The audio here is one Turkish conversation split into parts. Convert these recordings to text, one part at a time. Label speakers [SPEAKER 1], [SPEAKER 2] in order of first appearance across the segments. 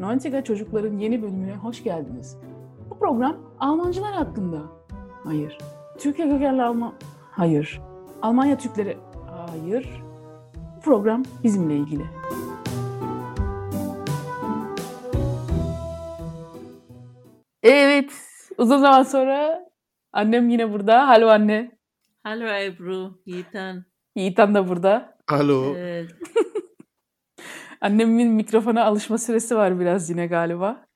[SPEAKER 1] Dantiga Çocukların yeni bölümüne hoş geldiniz. Bu program Almancılar hakkında. Hayır. Türkiye kökenli Alman... Hayır. Almanya Türkleri... Hayır. Bu program bizimle ilgili. Evet. Uzun zaman sonra annem yine burada. Halo anne.
[SPEAKER 2] Hallo Ebru, Yiğitan. Ee,
[SPEAKER 1] Yiğitan da burada.
[SPEAKER 3] Alo.
[SPEAKER 2] Evet,
[SPEAKER 1] Annemin mikrofona alışma süresi var biraz yine galiba.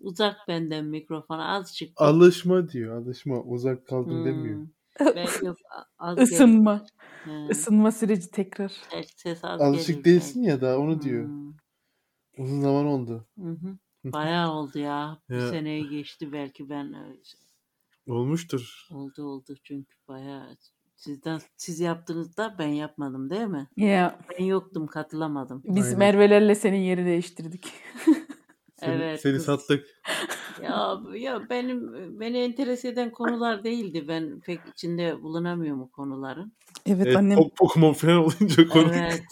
[SPEAKER 2] uzak benden mikrofona azıcık.
[SPEAKER 3] Alışma diyor. Alışma. Uzak kaldın
[SPEAKER 2] Hmm.
[SPEAKER 3] demiyor.
[SPEAKER 2] Ben yok, a- az
[SPEAKER 1] Isınma.
[SPEAKER 2] gelir. He,
[SPEAKER 1] Isınma süreci tekrar.
[SPEAKER 2] ses- ses az
[SPEAKER 3] Alışık
[SPEAKER 2] gelir
[SPEAKER 3] değilsin ya da
[SPEAKER 2] belki.
[SPEAKER 3] onu diyor.
[SPEAKER 2] Hmm,
[SPEAKER 3] Uzun zaman oldu.
[SPEAKER 2] hı hı. Bayağı oldu ya. Bir
[SPEAKER 3] Ya.
[SPEAKER 2] seneyi geçti belki ben öyle-
[SPEAKER 3] Olmuştur.
[SPEAKER 2] oldu oldu çünkü bayağı sizden siz yaptınız da ben yapmadım değil mi?
[SPEAKER 1] Ya
[SPEAKER 2] Ben yoktum katılamadım.
[SPEAKER 1] biz
[SPEAKER 3] Aynen.
[SPEAKER 1] Merve'lerle senin yeri değiştirdik.
[SPEAKER 3] Seni,
[SPEAKER 2] Evet,
[SPEAKER 3] seni
[SPEAKER 2] kız.
[SPEAKER 3] sattık.
[SPEAKER 2] Ya ya benim beni enteres eden konular değildi. Ben pek içinde bulunamıyorum o konuların.
[SPEAKER 1] Evet,
[SPEAKER 3] Evet,
[SPEAKER 1] annem
[SPEAKER 3] E, Pok- Pokemon falan olunca konu.
[SPEAKER 2] Evet.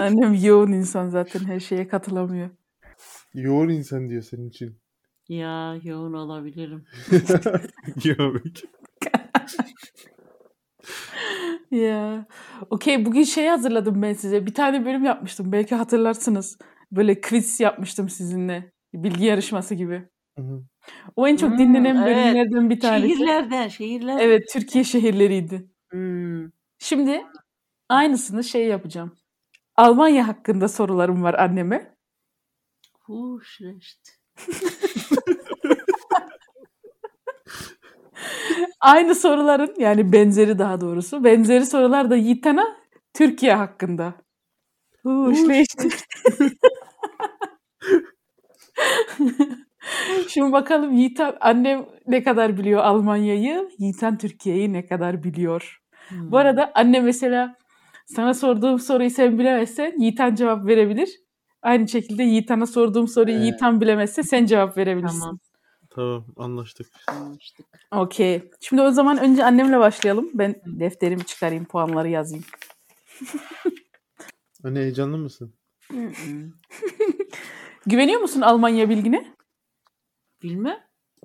[SPEAKER 1] annem yoğun insan zaten her şeye katılamıyor.
[SPEAKER 3] Yoğun insan diyor senin için.
[SPEAKER 2] Ya yoğun olabilirim.
[SPEAKER 3] Yememek.
[SPEAKER 1] Ya. Okey bugün şey hazırladım ben size. Bir tane bölüm yapmıştım. Belki hatırlarsınız. Böyle quiz yapmıştım sizinle. Bilgi yarışması gibi.
[SPEAKER 3] Hı.
[SPEAKER 1] O en çok
[SPEAKER 2] Hmm,
[SPEAKER 1] dinlenen
[SPEAKER 2] evet.
[SPEAKER 1] bölümlerden bir tanesi.
[SPEAKER 2] Şehirlerden, şehirlerden.
[SPEAKER 1] Evet, Türkiye şehirleriydi.
[SPEAKER 2] Hmm.
[SPEAKER 1] Şimdi aynısını şey yapacağım. Almanya hakkında sorularım var anneme.
[SPEAKER 2] Hu, schlecht.
[SPEAKER 1] Aynı soruların yani benzeri daha doğrusu. Benzeri sorular da Yiğitan'a Türkiye hakkında. Huu, işte. Şimdi bakalım Yiğitan annem ne kadar biliyor Almanya'yı, Yiğitan Türkiye'yi ne kadar biliyor.
[SPEAKER 2] Hmm.
[SPEAKER 1] Bu arada anne mesela sana sorduğum soruyu sen bilemezsen Yiğitan cevap verebilir. Aynı şekilde Yiğitan'a sorduğum soruyu
[SPEAKER 3] Evet.
[SPEAKER 1] Yiğitan bilemezse sen cevap verebilirsin.
[SPEAKER 2] tamam
[SPEAKER 3] Tamam anlaştık.
[SPEAKER 2] anlaştık.
[SPEAKER 1] Okey. Şimdi o zaman önce annemle başlayalım. Ben defterimi çıkarayım, puanları yazayım.
[SPEAKER 3] Anne heyecanlı mısın?
[SPEAKER 2] Hı hı.
[SPEAKER 1] Güveniyor musun Almanya bilgine?
[SPEAKER 2] Bilmem.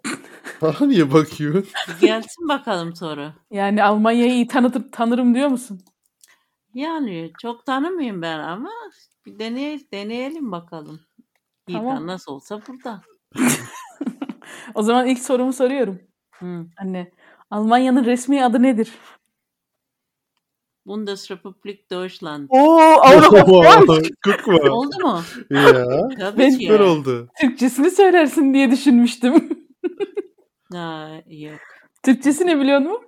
[SPEAKER 3] Bana niye bakıyorsun?
[SPEAKER 2] Bir Gelsin bakalım soru.
[SPEAKER 1] Yani Almanya'yı iyi tanıtır, tanırım diyor musun?
[SPEAKER 2] Yani çok tanımıyorum ben ama bir deney, deneyelim bakalım. Yiğit
[SPEAKER 1] Tamam.
[SPEAKER 2] Han nasıl olsa burada.
[SPEAKER 1] O zaman ilk sorumu soruyorum.
[SPEAKER 2] Hı.
[SPEAKER 1] Anne, Almanya'nın resmi adı nedir?
[SPEAKER 2] Bundesrepublik Deutschland.
[SPEAKER 1] Oo, Avrupa.
[SPEAKER 3] Kukma.
[SPEAKER 2] Oldu mu?
[SPEAKER 3] Ya.
[SPEAKER 2] Tabii
[SPEAKER 1] Ben-
[SPEAKER 2] ki.
[SPEAKER 3] Süper oldu.
[SPEAKER 1] Türkçesini söylersin diye düşünmüştüm.
[SPEAKER 2] Ha, yok.
[SPEAKER 1] Türkçesini biliyor mu?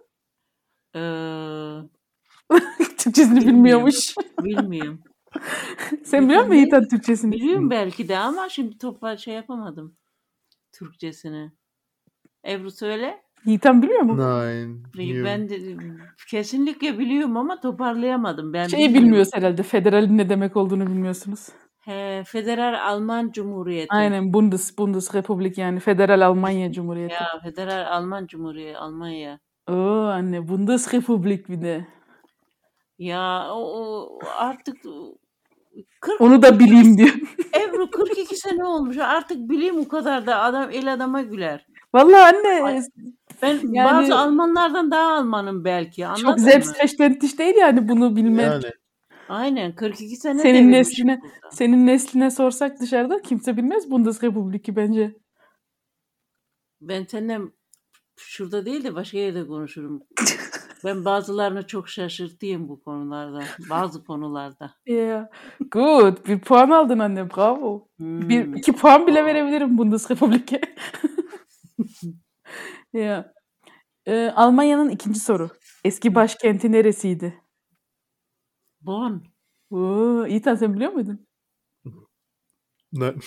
[SPEAKER 2] Ee,
[SPEAKER 1] Türkçesini
[SPEAKER 2] Bilmiyorum.
[SPEAKER 1] bilmiyormuş.
[SPEAKER 2] bilmiyorum.
[SPEAKER 1] Sen biliyor musun
[SPEAKER 2] Bilmiyorum.
[SPEAKER 1] Yiğitan Türkçesini?
[SPEAKER 2] Biliyorum belki de ama şimdi topa şey yapamadım. Türkçesini. Ebru söyle.
[SPEAKER 1] Yiğitan biliyor mu? Şey
[SPEAKER 3] Nein.
[SPEAKER 2] Ve
[SPEAKER 3] you.
[SPEAKER 2] Ben de, kesinlikle biliyorum ama toparlayamadım. Ben
[SPEAKER 1] Şeyi
[SPEAKER 2] bilmiyorum. Şey.
[SPEAKER 1] bilmiyoruz herhalde. Federalin ne demek olduğunu bilmiyorsunuz.
[SPEAKER 2] He, Federal Alman Cumhuriyeti.
[SPEAKER 1] Aynen Bundes, Bundesrepublik yani Federal Almanya Cumhuriyeti.
[SPEAKER 2] Ya Federal Alman Cumhuriyeti Almanya.
[SPEAKER 1] Oo anne Bundesrepublik bir de.
[SPEAKER 2] Ya o, o artık 40
[SPEAKER 1] Onu da bileyim diyor.
[SPEAKER 2] Ebru 42 sene olmuş. Artık bileyim o kadar da adam el adama güler.
[SPEAKER 1] Vallahi anne
[SPEAKER 2] Ay, Ben
[SPEAKER 1] Yani-
[SPEAKER 2] bazı Almanlardan daha Almanım belki. Anladın
[SPEAKER 1] çok
[SPEAKER 2] mı?
[SPEAKER 1] selbstverständlich şey değil yani bunu bilme.
[SPEAKER 3] Yani.
[SPEAKER 2] Aynen 42 sene
[SPEAKER 1] Senin
[SPEAKER 2] devirmiş
[SPEAKER 1] nesline-
[SPEAKER 2] burada.
[SPEAKER 1] Senin nesline sorsak dışarıda kimse bilmez Bundesrepublik'i bence.
[SPEAKER 2] Ben seninle şurada değil de başka yerde konuşurum. ben bazılarını çok şaşırtayım bu konularda. Bazı konularda.
[SPEAKER 1] Yeah. Good. Bir puan aldın anne. Bravo.
[SPEAKER 2] Hmm.
[SPEAKER 1] Bir, iki puan bile
[SPEAKER 2] Aa.
[SPEAKER 1] verebilirim Bundesrepublik'e. yeah. Ee, Almanya'nın ikinci soru. Eski başkenti neresiydi?
[SPEAKER 2] Bon.
[SPEAKER 1] Oo, İtan sen biliyor muydun?
[SPEAKER 3] Nein.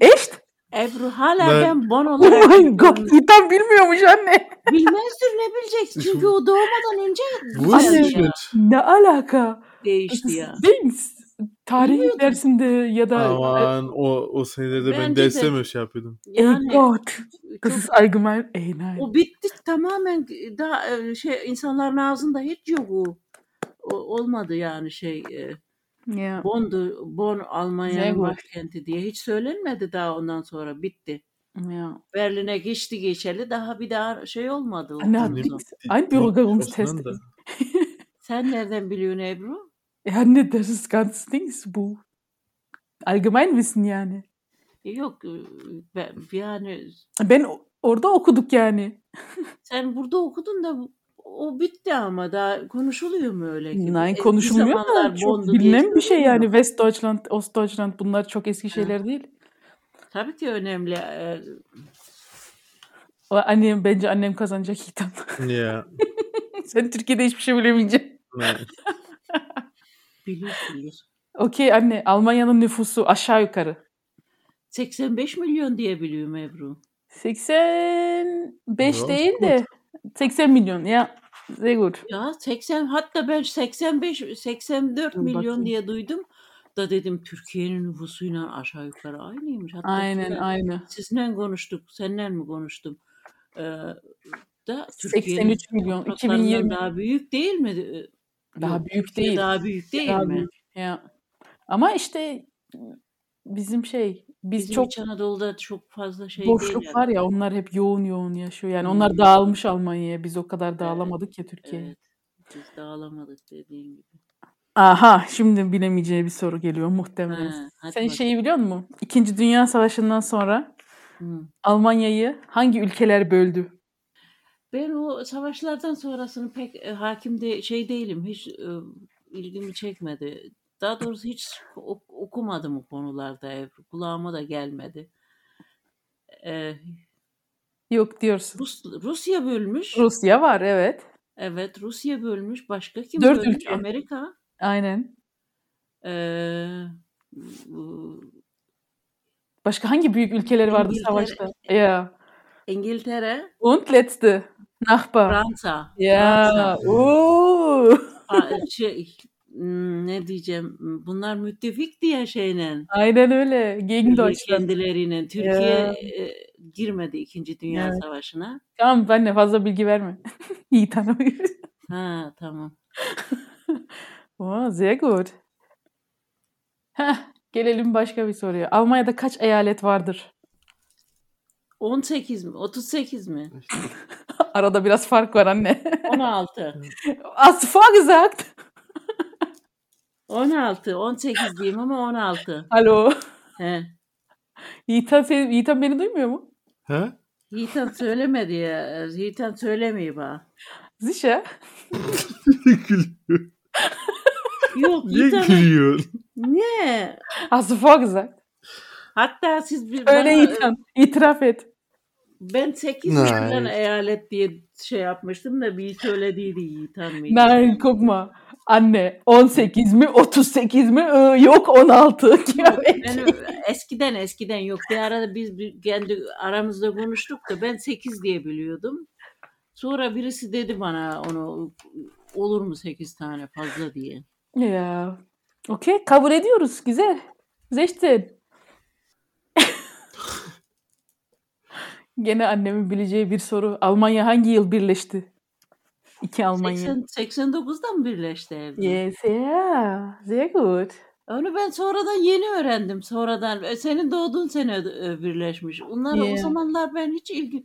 [SPEAKER 1] Eşt.
[SPEAKER 2] Ebru hala
[SPEAKER 3] Ben-
[SPEAKER 2] ben Bon
[SPEAKER 1] Oh
[SPEAKER 2] olarak
[SPEAKER 1] my god.
[SPEAKER 2] biliyorum.
[SPEAKER 1] İtan bilmiyormuş anne.
[SPEAKER 2] bilmezdir ne bilecek çünkü o doğmadan önce şey
[SPEAKER 3] Wo ist
[SPEAKER 1] Anne.
[SPEAKER 3] die Schnitt?
[SPEAKER 1] Ne alaka?
[SPEAKER 2] değişti ya.
[SPEAKER 1] Değil mi? Tarih dersinde ya da...
[SPEAKER 3] Aman o, o senelerde ben,
[SPEAKER 2] Bence de.
[SPEAKER 3] derste mi şey yapıyordum?
[SPEAKER 1] Ey
[SPEAKER 2] Yani
[SPEAKER 1] god. Das
[SPEAKER 2] çok-
[SPEAKER 1] ist allgemein. Ey nein.
[SPEAKER 2] o bitti tamamen daha e, şey insanların ağzında hiç yok o. O- olmadı yani şey e,
[SPEAKER 1] Ya.
[SPEAKER 2] Bonn'du, Bonn Almanya'nın
[SPEAKER 1] Zeyhut.
[SPEAKER 2] başkenti diye hiç söylenmedi daha ondan sonra bitti.
[SPEAKER 1] Ja.
[SPEAKER 2] Berlin'e geçti geçeli daha bir daha şey olmadı. o
[SPEAKER 1] Anne,
[SPEAKER 2] konuda.
[SPEAKER 1] Dings- Einbürgerungstest.
[SPEAKER 3] Aslında da-
[SPEAKER 2] Sen nereden biliyorsun Ebru?
[SPEAKER 1] Ja, ne, das ist ganz Dings, bu. Allgemeinwissen yani.
[SPEAKER 2] E, Yok e, ben, yani
[SPEAKER 1] Ben o- orada okuduk yani.
[SPEAKER 2] sen burada okudun da bu- o bitti ama daha konuşuluyor mu öyle? ki?
[SPEAKER 1] Nein
[SPEAKER 2] Eski
[SPEAKER 1] konuşulmuyor
[SPEAKER 2] zamanlar
[SPEAKER 1] da çok
[SPEAKER 2] Bonn'du
[SPEAKER 1] bilinen bir
[SPEAKER 2] diye
[SPEAKER 1] şey
[SPEAKER 2] söyleniyor.
[SPEAKER 1] yani. Westdeutschland, Ostdeutschland bunlar çok eski şeyler değil.
[SPEAKER 2] Tabii ki önemli. e,
[SPEAKER 1] O annem bence annem kazanacak hitap.
[SPEAKER 3] Ya.
[SPEAKER 1] Sen Türkiye'de hiçbir şey bilemeyeceksin.
[SPEAKER 3] ne-
[SPEAKER 2] Bilir bilir.
[SPEAKER 1] Okey anne Almanya'nın nüfusu aşağı yukarı.
[SPEAKER 2] 85 milyon diye biliyorum Ebru.
[SPEAKER 1] 85
[SPEAKER 3] Ya,
[SPEAKER 1] değil de 80 milyon ya. Sehr gut.
[SPEAKER 2] Ya 80 hatta ben 85 84
[SPEAKER 1] Dur
[SPEAKER 2] milyon
[SPEAKER 1] bakayım.
[SPEAKER 2] diye duydum da dedim Türkiye'nin nüfusuyla aşağı yukarı aynıymış. Hatta
[SPEAKER 1] Aynen
[SPEAKER 2] sizden-
[SPEAKER 1] aynı.
[SPEAKER 2] Sizinle konuştuk. Seninle mi konuştum? Ee, da Türkiye'nin
[SPEAKER 1] 83 milyon.
[SPEAKER 2] topraklarından
[SPEAKER 1] 2020 daha,
[SPEAKER 2] daha büyük değil mi? Ee, yok,
[SPEAKER 1] büyük
[SPEAKER 2] Türkiye
[SPEAKER 1] değil.
[SPEAKER 2] Daha büyük değil
[SPEAKER 1] Daha
[SPEAKER 2] mi?
[SPEAKER 1] büyük. Ya. Ama işte bizim şey biz
[SPEAKER 2] Bizim
[SPEAKER 1] çok
[SPEAKER 2] İç Anadolu'da çok fazla şey değil.
[SPEAKER 1] boşluk
[SPEAKER 2] yani.
[SPEAKER 1] var ya onlar hep yoğun yoğun yaşıyor. Yani
[SPEAKER 2] Hmm.
[SPEAKER 1] onlar dağılmış Almanya'ya. Biz o kadar dağılamadık ya Türkiye'ye.
[SPEAKER 2] Evet. Biz dağılamadık dediğim gibi.
[SPEAKER 1] Aha şimdi bilemeyeceği bir soru geliyor muhtemelen.
[SPEAKER 2] Ha, hadi
[SPEAKER 1] Sen şey
[SPEAKER 2] bakalım.
[SPEAKER 1] şeyi biliyor musun? İkinci Dünya Savaşı'ndan sonra
[SPEAKER 2] Hı.
[SPEAKER 1] Almanya'yı hangi ülkeler böldü?
[SPEAKER 2] Ben o savaşlardan sonrasını pek e, hakim de şey değilim. Hiç e, ilgimi çekmedi. Daha doğrusu hiç ok- okumadım o konularda. Ebru. Kulağıma da gelmedi. E,
[SPEAKER 1] Yok diyorsun.
[SPEAKER 2] Rus, Rusya bölmüş.
[SPEAKER 1] Rusya var evet.
[SPEAKER 2] Evet Rusya bölmüş. Başka kim
[SPEAKER 1] Dört
[SPEAKER 2] bölmüş?
[SPEAKER 1] ülke.
[SPEAKER 2] Amerika.
[SPEAKER 1] Aynen.
[SPEAKER 2] E, bu-
[SPEAKER 1] Başka hangi büyük ülkeler vardı
[SPEAKER 2] İngiltere.
[SPEAKER 1] savaşta? Ya.
[SPEAKER 2] İngiltere.
[SPEAKER 1] Und letzte. Nachbar.
[SPEAKER 2] Fransa. Fransa.
[SPEAKER 1] Ya. Oo.
[SPEAKER 2] Aa, şey, hmm, ne diyeceğim? Bunlar müttefikti ya şeyle.
[SPEAKER 1] Aynen öyle. Gegen
[SPEAKER 2] Türkiye
[SPEAKER 1] Deutschland.
[SPEAKER 2] kendilerine. Türkiye
[SPEAKER 1] Ya.
[SPEAKER 2] e, girmedi İkinci Dünya
[SPEAKER 1] Evet.
[SPEAKER 2] Savaşı'na.
[SPEAKER 1] Tamam ben de fazla bilgi verme. İyi tanımıyor.
[SPEAKER 2] Ha tamam.
[SPEAKER 1] Oo, sehr gut. Heh, gelelim başka bir soruya. Almanya'da kaç eyalet vardır?
[SPEAKER 2] 18 mi? 38 mi?
[SPEAKER 1] Arada biraz fark var anne.
[SPEAKER 2] 16.
[SPEAKER 1] As vorgesagt.
[SPEAKER 2] gesagt. 16. 18 diyeyim ama 16.
[SPEAKER 1] Alo.
[SPEAKER 2] He.
[SPEAKER 1] Yiğitan, sen, Yiğitan beni duymuyor mu?
[SPEAKER 3] Ha?
[SPEAKER 2] Yiğitan söylemedi ya. Yiğitan söylemiyor bana.
[SPEAKER 1] Zişe.
[SPEAKER 3] Gülüyor.
[SPEAKER 2] Yok
[SPEAKER 3] Niye
[SPEAKER 2] Yiğitan.
[SPEAKER 3] gülüyor?
[SPEAKER 2] Ne?
[SPEAKER 1] As vorgesagt.
[SPEAKER 2] Hatta siz bir
[SPEAKER 1] Öyle
[SPEAKER 2] bana-
[SPEAKER 1] Yiğitan. İtiraf et.
[SPEAKER 2] Ben 8
[SPEAKER 3] Nein.
[SPEAKER 2] milyon eyalet diye şey yapmıştım da bir söylediydi Yiğitan Bey.
[SPEAKER 1] Nein korkma. Anne 18 mi 38 mi? Iı, yok 16. Ya,
[SPEAKER 2] Ben eskiden eskiden yok. Bir arada biz bir- kendi aramızda konuştuk da ben 8 diye biliyordum. Sonra birisi dedi bana onu olur mu 8 tane fazla diye.
[SPEAKER 1] ya. Okey kabul ediyoruz. Güzel. Zeştin. Gene annemin bileceği bir soru. Almanya hangi yıl birleşti? İki Almanya.
[SPEAKER 2] 80, 89'da mı birleşti evde?
[SPEAKER 1] Yes, yeah. Sehr gut.
[SPEAKER 2] Onu ben sonradan yeni öğrendim. Sonradan E, senin doğduğun sene e, birleşmiş. Onlar o
[SPEAKER 1] Yeah.
[SPEAKER 2] zamanlar ben hiç ilgi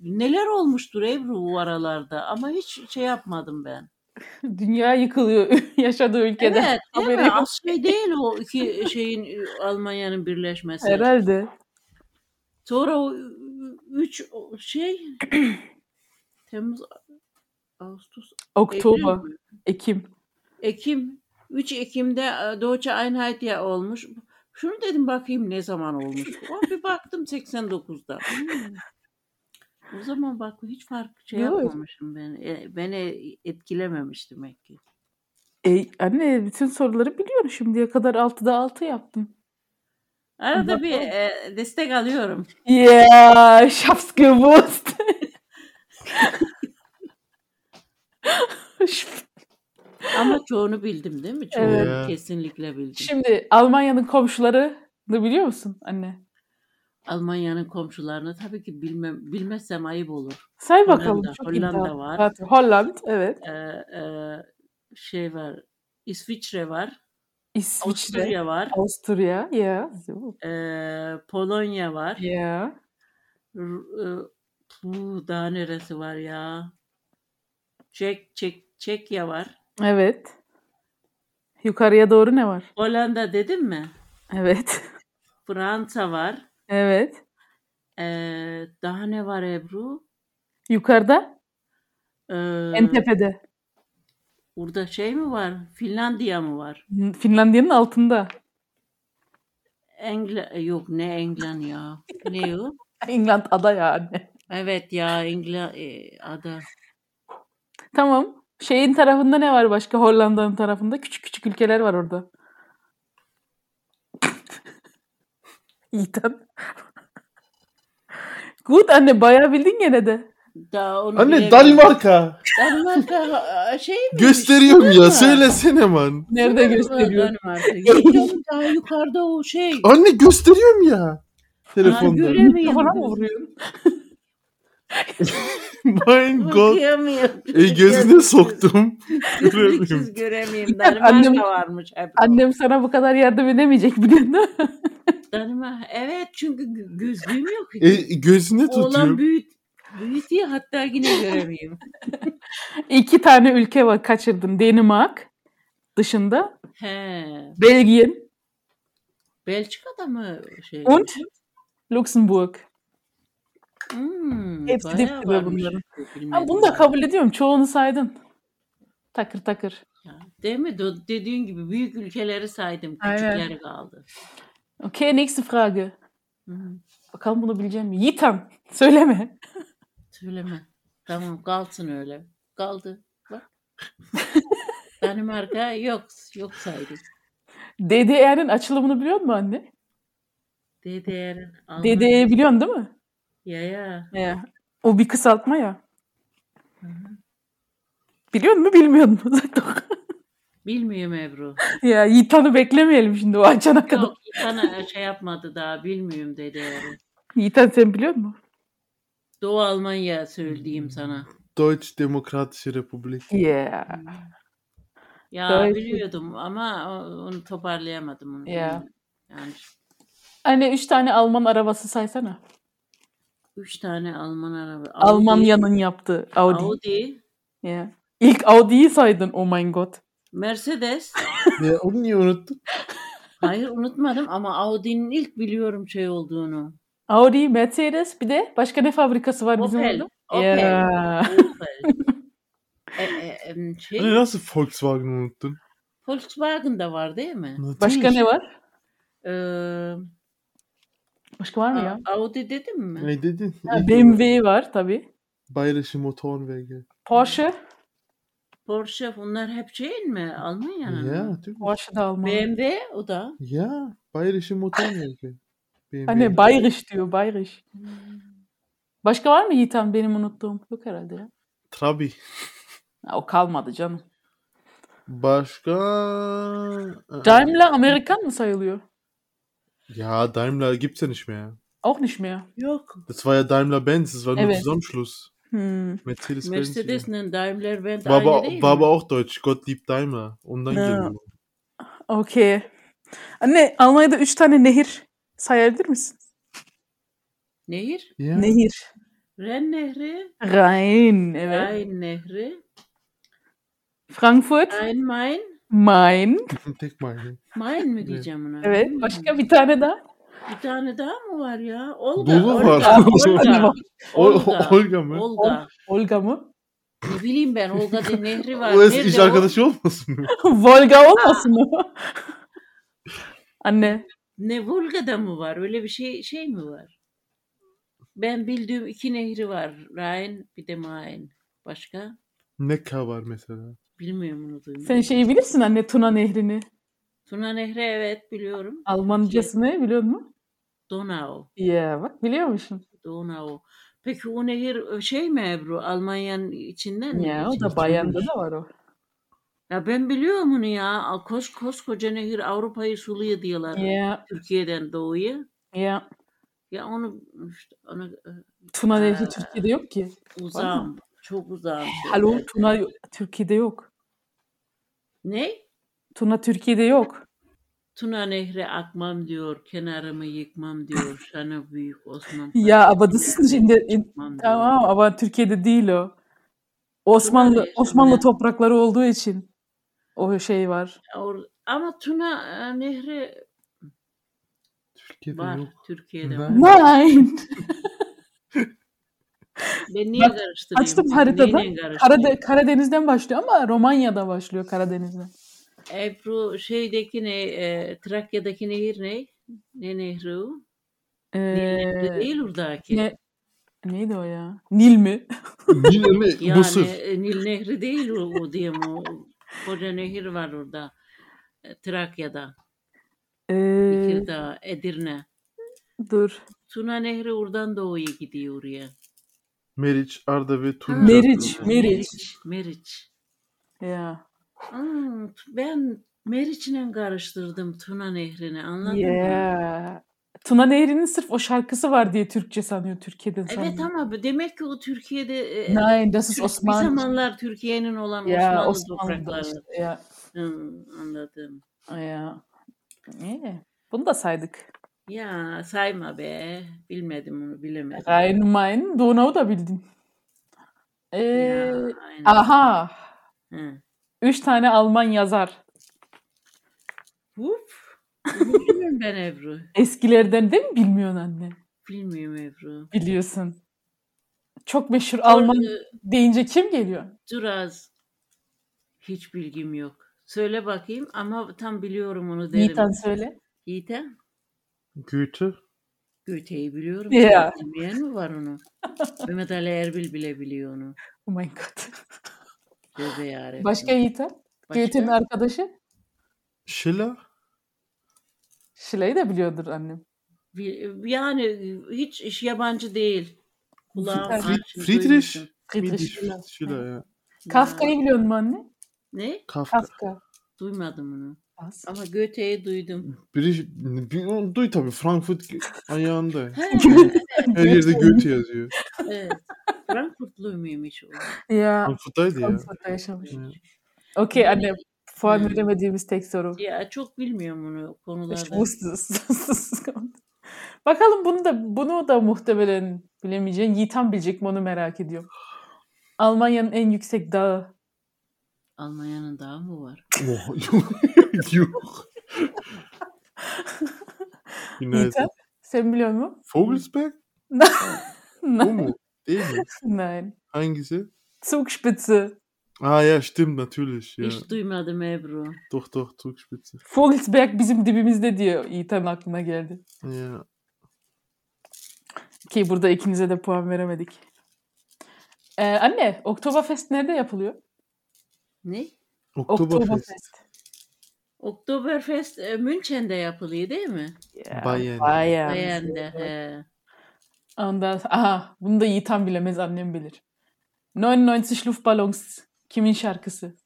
[SPEAKER 2] neler olmuştur Ebru bu aralarda ama hiç şey yapmadım ben.
[SPEAKER 1] Dünya yıkılıyor yaşadığı ülkede.
[SPEAKER 2] Evet, değil
[SPEAKER 1] Haberi
[SPEAKER 2] mi?
[SPEAKER 1] yok.
[SPEAKER 2] Az şey değil o iki şeyin Almanya'nın birleşmesi.
[SPEAKER 1] Herhalde.
[SPEAKER 2] Sonra o ü- üç o şey Temmuz, Ağustos,
[SPEAKER 1] Oktober,
[SPEAKER 2] Eylül mü?
[SPEAKER 1] Ekim.
[SPEAKER 2] Ekim. 3 Ekim'de e, Deutsche Einheit ya olmuş. Şunu dedim bakayım ne zaman olmuş. O bir baktım 89'da. Hmm. O zaman bak hiç fark şey
[SPEAKER 1] Hmm. Yok.
[SPEAKER 2] yapmamışım ben. E, Beni etkilememiş demek ki.
[SPEAKER 1] E, anne bütün soruları biliyorum şimdiye kadar 6'da 6 yaptım.
[SPEAKER 2] Arada bir e, destek alıyorum.
[SPEAKER 1] Yeah, ich hab's gewusst.
[SPEAKER 2] Ama çoğunu bildim değil mi? Çoğunu
[SPEAKER 3] Evet.
[SPEAKER 2] kesinlikle bildim.
[SPEAKER 1] Şimdi Almanya'nın komşularını biliyor musun anne?
[SPEAKER 2] Almanya'nın komşularını tabii ki bilmem bilmezsem ayıp olur.
[SPEAKER 1] Say bakalım.
[SPEAKER 2] Hollanda,
[SPEAKER 1] çok
[SPEAKER 2] Hollanda
[SPEAKER 1] iddialı.
[SPEAKER 2] var.
[SPEAKER 1] Zaten Holland evet.
[SPEAKER 2] Ee, e, şey var. İsviçre var.
[SPEAKER 1] İsviçre,
[SPEAKER 2] Avusturya var,
[SPEAKER 1] Avusturya, yeah, so,
[SPEAKER 2] eee, Polonya var.
[SPEAKER 1] yeah.
[SPEAKER 2] R- e, puh, daha neresi var ya? Çek, Çek, Çekya var.
[SPEAKER 1] Evet. Yukarıya doğru ne var?
[SPEAKER 2] Hollanda dedim mi?
[SPEAKER 1] Evet.
[SPEAKER 2] Fransa var.
[SPEAKER 1] Evet.
[SPEAKER 2] Eee, daha ne var Ebru? Ee,
[SPEAKER 1] Yukarıda
[SPEAKER 2] Eee,
[SPEAKER 1] en tepede.
[SPEAKER 2] Burada şey mi var? Finlandiya mı var?
[SPEAKER 1] Finlandiya'nın altında.
[SPEAKER 2] Engla e, yok ne England ya. Ne o?
[SPEAKER 1] İngland ada yani.
[SPEAKER 2] Evet ya England e, ada.
[SPEAKER 1] Tamam. Şeyin tarafında ne var başka? Hollanda'nın tarafında küçük küçük ülkeler var orada. İtan. Good anne bayağı bildin gene de.
[SPEAKER 2] Daha onu
[SPEAKER 3] Anne
[SPEAKER 2] bilemem.
[SPEAKER 3] Danimarka.
[SPEAKER 2] Danimarka ha- şey mi?
[SPEAKER 3] Gösteriyorum ya
[SPEAKER 2] Danimarka.
[SPEAKER 3] söylesene man.
[SPEAKER 1] Nerede gösteriyor?
[SPEAKER 2] Danimarka. Yok canım, daha yukarıda o şey.
[SPEAKER 3] Anne gösteriyorum ya. Telefonda.
[SPEAKER 2] göremiyorum.
[SPEAKER 1] Mikrofona mı vuruyorsun?
[SPEAKER 3] My god.
[SPEAKER 2] Okuyamıyorum.
[SPEAKER 3] E gözüne soktum.
[SPEAKER 2] Gözlüksüz göremiyorum. Danimarka
[SPEAKER 1] Annem-
[SPEAKER 2] varmış. Hep.
[SPEAKER 1] Annem sana bu kadar yardım edemeyecek biliyorsun değil mi?
[SPEAKER 2] Danimarka. Evet çünkü gö- gözlüğüm yok.
[SPEAKER 3] E, gözüne
[SPEAKER 2] Oğlan
[SPEAKER 3] tutuyorum.
[SPEAKER 2] büyüt. Büyüt diye hatta yine göremiyorum.
[SPEAKER 1] İki tane ülke var kaçırdın. Danimark dışında.
[SPEAKER 2] He.
[SPEAKER 1] Belgien
[SPEAKER 2] Belçika'da mı şey?
[SPEAKER 1] und Luxemburg.
[SPEAKER 2] Hmm,
[SPEAKER 1] Hepsi
[SPEAKER 2] bayağı
[SPEAKER 1] dip dibe
[SPEAKER 2] varmış.
[SPEAKER 1] bunların.
[SPEAKER 2] Bilmedim.
[SPEAKER 1] Ha, bunu da kabul ediyorum. Çoğunu saydın. Takır takır.
[SPEAKER 2] Ya, Değil mi? Do- Dediğin gibi büyük ülkeleri saydım.
[SPEAKER 1] Aynen.
[SPEAKER 2] Küçükleri kaldı. Hmm,
[SPEAKER 1] Okay, nächste Frage.
[SPEAKER 2] Hı,
[SPEAKER 1] Bakalım bunu bileceğim mi? Yiğitan, söyleme.
[SPEAKER 2] söyleme. Tamam kalsın öyle. Kaldı. Bak. Danimarka yok. Yok saydık.
[SPEAKER 1] DDR'nin açılımını biliyor musun anne?
[SPEAKER 2] DDR. Alman-
[SPEAKER 1] DDR'yi biliyorsun değil mi?
[SPEAKER 2] Ya ya.
[SPEAKER 1] Ya. O bir kısaltma ya. Biliyor mu bilmiyor mu? Uzak dur.
[SPEAKER 2] Bilmiyorum Ebru.
[SPEAKER 1] ya Yiğitan'ı beklemeyelim şimdi o açana kadar.
[SPEAKER 2] Yok sana şey yapmadı daha. Bilmiyorum DDR'i.
[SPEAKER 1] Yiğitan sen biliyor musun?
[SPEAKER 2] Doğu Almanya söyleyeyim
[SPEAKER 1] Hmm.
[SPEAKER 2] sana.
[SPEAKER 3] Deutsche Demokratische Republik.
[SPEAKER 1] Yeah.
[SPEAKER 2] Ya
[SPEAKER 1] Doğru.
[SPEAKER 2] biliyordum ama o- onu toparlayamadım. Onu.
[SPEAKER 1] şey Ya.
[SPEAKER 2] Yani
[SPEAKER 1] Anne üç tane Alman arabası saysana.
[SPEAKER 2] üç tane Alman araba.
[SPEAKER 1] Almanya'nın yaptığı Audi.
[SPEAKER 2] Audi, Audi,
[SPEAKER 1] Yeah. İlk Audi'yi saydın oh my god.
[SPEAKER 2] Mercedes.
[SPEAKER 3] Ya onu niye unuttun?
[SPEAKER 2] Hayır unutmadım ama Audi'nin ilk biliyorum şey olduğunu.
[SPEAKER 1] Audi, Mercedes bir de başka ne fabrikası var bizim
[SPEAKER 2] Opel.
[SPEAKER 1] orada?
[SPEAKER 2] Opel.
[SPEAKER 1] Yeah.
[SPEAKER 2] Opel. E, e, em,
[SPEAKER 3] Anne
[SPEAKER 2] şey,
[SPEAKER 3] nasıl Volkswagen'ı unuttun?
[SPEAKER 2] Volkswagen da var değil mi?
[SPEAKER 1] Başka ne var?
[SPEAKER 2] Ee,
[SPEAKER 1] Başka var mı ya?
[SPEAKER 2] Audi dedim mi?
[SPEAKER 3] Ne dedin?
[SPEAKER 1] Ha, BMW var tabii.
[SPEAKER 3] Bayerische Motorwege.
[SPEAKER 1] Porsche.
[SPEAKER 2] Porsche bunlar hep şeyin mi? Almanya'nın mı?
[SPEAKER 3] Ya, değil mi?
[SPEAKER 1] Porsche da Alman.
[SPEAKER 2] BMW o da.
[SPEAKER 3] Ya, Bayerische Motorwege. BMW.
[SPEAKER 1] Hani Bayriş diyor Bayriş. Başka var mı Yiğitan benim unuttuğum? Yok herhalde ya.
[SPEAKER 3] Trabi.
[SPEAKER 1] Ha, o kalmadı canım.
[SPEAKER 3] Başka...
[SPEAKER 1] Daimler Amerikan mı sayılıyor?
[SPEAKER 3] Ja, Daimler gibt's ja nicht mehr.
[SPEAKER 1] Auch nicht mehr.
[SPEAKER 2] Yok.
[SPEAKER 3] Das war ja Daimler-Benz, das war nur
[SPEAKER 1] Evet.
[SPEAKER 3] Zusammenschluss.
[SPEAKER 1] Hmm.
[SPEAKER 3] Mercedes-Benz.
[SPEAKER 2] Mercedes ile Daimler Benz
[SPEAKER 3] War
[SPEAKER 2] aynı
[SPEAKER 3] aber,
[SPEAKER 2] değil
[SPEAKER 3] war
[SPEAKER 2] mi?
[SPEAKER 3] aber auch deutsch. Gott liebt Daimler. Ondan
[SPEAKER 1] Ja.
[SPEAKER 3] geliyor.
[SPEAKER 1] Okey. Anne Almanya'da üç tane nehir sayabilir misin?
[SPEAKER 2] Nehir?
[SPEAKER 3] Ja.
[SPEAKER 1] Nehir.
[SPEAKER 2] Ren Nehri,
[SPEAKER 1] Rhein. Evet.
[SPEAKER 2] Rhein Nehri,
[SPEAKER 1] Frankfurt.
[SPEAKER 2] Rhein Main.
[SPEAKER 1] Main.
[SPEAKER 3] Tek mal.
[SPEAKER 2] Main mi diyeceğim ona?
[SPEAKER 1] Evet.
[SPEAKER 2] Bilmiyorum.
[SPEAKER 1] Başka bir tane daha.
[SPEAKER 2] Bir tane daha mı var ya? Olga.
[SPEAKER 3] Dolu
[SPEAKER 2] Olga,
[SPEAKER 3] var.
[SPEAKER 2] Olga. Olga.
[SPEAKER 3] Ol- Olga ne? mı?
[SPEAKER 2] Olga.
[SPEAKER 1] Olga mı?
[SPEAKER 2] Ne bileyim ben Olga diye nehri var.
[SPEAKER 3] o eski
[SPEAKER 2] Nerede
[SPEAKER 3] iş
[SPEAKER 2] o?
[SPEAKER 3] arkadaşı olmasın mı?
[SPEAKER 1] Volga olmasın mı? Anne.
[SPEAKER 2] Ne Volga'da mı var? Öyle bir şey şey mi var? Ben bildiğim iki nehri var. Rhein bir de Main. Başka?
[SPEAKER 3] Neckar var mesela.
[SPEAKER 2] Bilmiyorum onu duymadım.
[SPEAKER 1] Sen şeyi bilirsin anne Tuna Nehri'ni.
[SPEAKER 2] Tuna Nehri evet biliyorum.
[SPEAKER 1] Almancasını biliyor musun?
[SPEAKER 2] Donau.
[SPEAKER 1] Ya bak biliyor musun?
[SPEAKER 2] Donau. Peki o nehir şey mi Ebru? Almanya'nın içinden mi?
[SPEAKER 1] Ya o
[SPEAKER 2] geçiyor?
[SPEAKER 1] da bayanda da var o.
[SPEAKER 2] Ya ben biliyorum onu ya. Koş, koskoca nehir Avrupa'yı suluyor diyorlar.
[SPEAKER 1] Ya
[SPEAKER 2] Türkiye'den doğuya.
[SPEAKER 1] ya
[SPEAKER 2] Ya onu işte onu e,
[SPEAKER 1] Tuna Nehri
[SPEAKER 2] Aa.
[SPEAKER 1] Türkiye'de yok ki.
[SPEAKER 2] uzağım. Çok uzağım.
[SPEAKER 1] Halo
[SPEAKER 2] şeylerden.
[SPEAKER 1] Tuna yo- Türkiye'de yok.
[SPEAKER 2] Ne?
[SPEAKER 1] Tuna Türkiye'de yok.
[SPEAKER 2] Tuna nehre akmam diyor, kenarımı yıkmam diyor, şanı büyük Osman.
[SPEAKER 1] Ya abadısın şimdi.
[SPEAKER 2] Tamam.
[SPEAKER 1] Tamam ama Türkiye'de değil o. Osmanlı
[SPEAKER 2] yaşamı.
[SPEAKER 1] Osmanlı toprakları olduğu için o şey var.
[SPEAKER 2] Or- Ama Tuna e, nehri
[SPEAKER 3] Türkiye'de
[SPEAKER 2] var
[SPEAKER 3] yok.
[SPEAKER 2] Türkiye'de.
[SPEAKER 3] Var.
[SPEAKER 2] Var.
[SPEAKER 1] Nein.
[SPEAKER 2] Ben niye karıştırayım?
[SPEAKER 1] açtım
[SPEAKER 2] Siz
[SPEAKER 1] haritada.
[SPEAKER 2] neyle karıştırıyorsunuz?
[SPEAKER 1] Karade- Karadeniz'den başlıyor ama Romanya'da başlıyor Karadeniz'den.
[SPEAKER 2] Ebru şeydeki ne? e, Trakya'daki nehir ne? Ne nehri o? Nehir
[SPEAKER 1] Ee,
[SPEAKER 2] değil oradaki.
[SPEAKER 1] ne, neydi o ya? Nil mi?
[SPEAKER 3] Nil mi?
[SPEAKER 2] Yani
[SPEAKER 3] Mısır.
[SPEAKER 2] e, Nil Nehri değil o, o diye mi? O koca nehir var orada. E, Trakya'da,
[SPEAKER 1] Ee,
[SPEAKER 2] Tekirdağ, Edirne.
[SPEAKER 1] dur.
[SPEAKER 2] Tuna Nehri oradan doğuya gidiyor oraya.
[SPEAKER 3] Meriç, Arda ve Tunca.
[SPEAKER 1] Meriç,
[SPEAKER 3] aklıma geldi.
[SPEAKER 1] Meriç.
[SPEAKER 2] Meriç. Meriç.
[SPEAKER 1] Ya.
[SPEAKER 2] Hmm, t- ben Meriç'le karıştırdım Tuna Nehri'ni anladın mı?
[SPEAKER 1] Yeah. Tuna Nehri'nin sırf o şarkısı var diye Türkçe sanıyor Türkiye'den sanıyor.
[SPEAKER 2] Evet ama bu- demek ki o Türkiye'de e,
[SPEAKER 1] Nein, das ist
[SPEAKER 2] Türk- bir
[SPEAKER 1] Osmanlı.
[SPEAKER 2] zamanlar Türkiye'nin olan
[SPEAKER 1] Ya
[SPEAKER 2] Osmanlı,
[SPEAKER 1] Osmanlı.
[SPEAKER 2] toprakları.
[SPEAKER 1] işte, Ya.
[SPEAKER 2] Hmm, anladım.
[SPEAKER 1] Ya. İyi. Bunu da saydık.
[SPEAKER 2] Ya sayma be. Bilmedim onu bilemedim.
[SPEAKER 1] Rhein, Main, Donau da bildin. Ee,
[SPEAKER 2] Ya, aynen.
[SPEAKER 1] ah. aha.
[SPEAKER 2] Hı.
[SPEAKER 1] Üç tane Alman yazar.
[SPEAKER 2] Huf. Bilmiyorum ben Ebru.
[SPEAKER 1] Eskilerden de mi bilmiyorsun anne?
[SPEAKER 2] Bilmiyorum Ebru.
[SPEAKER 1] Biliyorsun. Çok meşhur Alman
[SPEAKER 2] Orada
[SPEAKER 1] deyince kim geliyor?
[SPEAKER 2] Dur az. Hiç bilgim yok. Söyle bakayım ama tam biliyorum onu derim.
[SPEAKER 1] Yiğitan söyle.
[SPEAKER 2] Yiğit'e?
[SPEAKER 3] Goethe.
[SPEAKER 2] Goethe'yi biliyorum.
[SPEAKER 1] Ya.
[SPEAKER 2] Bilmeyen mi var onu? Mehmet Ali Erbil bile biliyor onu.
[SPEAKER 1] Oh my god.
[SPEAKER 2] Tövbe yarabbim.
[SPEAKER 1] Başka Yiğitan?
[SPEAKER 2] Başka?
[SPEAKER 1] Yiğit'in arkadaşı?
[SPEAKER 3] Şila.
[SPEAKER 1] Şile'yi de biliyordur annem.
[SPEAKER 2] Bir- Yani hiç iş yabancı değil. Kulağım
[SPEAKER 1] Fried-
[SPEAKER 2] aç,
[SPEAKER 3] Friedrich.
[SPEAKER 2] duymuşum.
[SPEAKER 1] Friedrich
[SPEAKER 3] Miydi?
[SPEAKER 1] Schiller.
[SPEAKER 3] Schiller ya.
[SPEAKER 2] Ya.
[SPEAKER 1] Kafka'yı biliyor musun anne?
[SPEAKER 2] Ne?
[SPEAKER 3] Kafka.
[SPEAKER 1] Kafka.
[SPEAKER 2] Duymadım onu.
[SPEAKER 1] Az.
[SPEAKER 2] Ama Goethe'yi duydum.
[SPEAKER 3] Biri, bir, onu duy tabii. Frankfurt ayağında.
[SPEAKER 2] He,
[SPEAKER 3] Her yerde Goethe yazıyor.
[SPEAKER 2] evet. Frankfurtlu muymuş o?
[SPEAKER 1] Ya.
[SPEAKER 3] Frankfurt'taydı ya.
[SPEAKER 1] Frankfurt'ta yaşamış.
[SPEAKER 3] Evet.
[SPEAKER 1] Okey anne. Puan
[SPEAKER 2] Hmm.
[SPEAKER 1] veremediğimiz tek soru.
[SPEAKER 2] Ya çok bilmiyorum onu
[SPEAKER 1] İşte
[SPEAKER 2] konularda.
[SPEAKER 1] bu sus- Bakalım bunu da bunu da muhtemelen bilemeyeceğim. Yiğitan bilecek mi onu merak ediyorum. Almanya'nın en yüksek dağı.
[SPEAKER 2] Almanya'nın dağı mı var?
[SPEAKER 3] Oha, yok. yok. Günaydın.
[SPEAKER 1] Yiğitan sen biliyor musun?
[SPEAKER 3] Vogelsberg o
[SPEAKER 1] Nein.
[SPEAKER 3] mu? Değil mi?
[SPEAKER 1] Nein.
[SPEAKER 3] Hangisi?
[SPEAKER 1] Zugspitze.
[SPEAKER 3] Ah ja, stimmt, natürlich. Ja.
[SPEAKER 2] Hiç duymadım Ebru.
[SPEAKER 3] Doch, doch, Zugspitze.
[SPEAKER 1] Vogelsberg bizim dibimizde diyor Yiğitan aklına geldi.
[SPEAKER 3] Ja.
[SPEAKER 1] Ki burada ikinize de puan veremedik. Ee, anne Oktoberfest nerede yapılıyor?
[SPEAKER 2] Ne?
[SPEAKER 3] Oktoberfest.
[SPEAKER 2] Oktoberfest e, München'de yapılıyor değil mi?
[SPEAKER 1] Ya,
[SPEAKER 3] Bayern.
[SPEAKER 1] Bayern.
[SPEAKER 2] Bayern'de. He.
[SPEAKER 1] Ondan aha bunu da Yiğitan bilemez annem bilir. 99 Luftballons kimin şarkısı?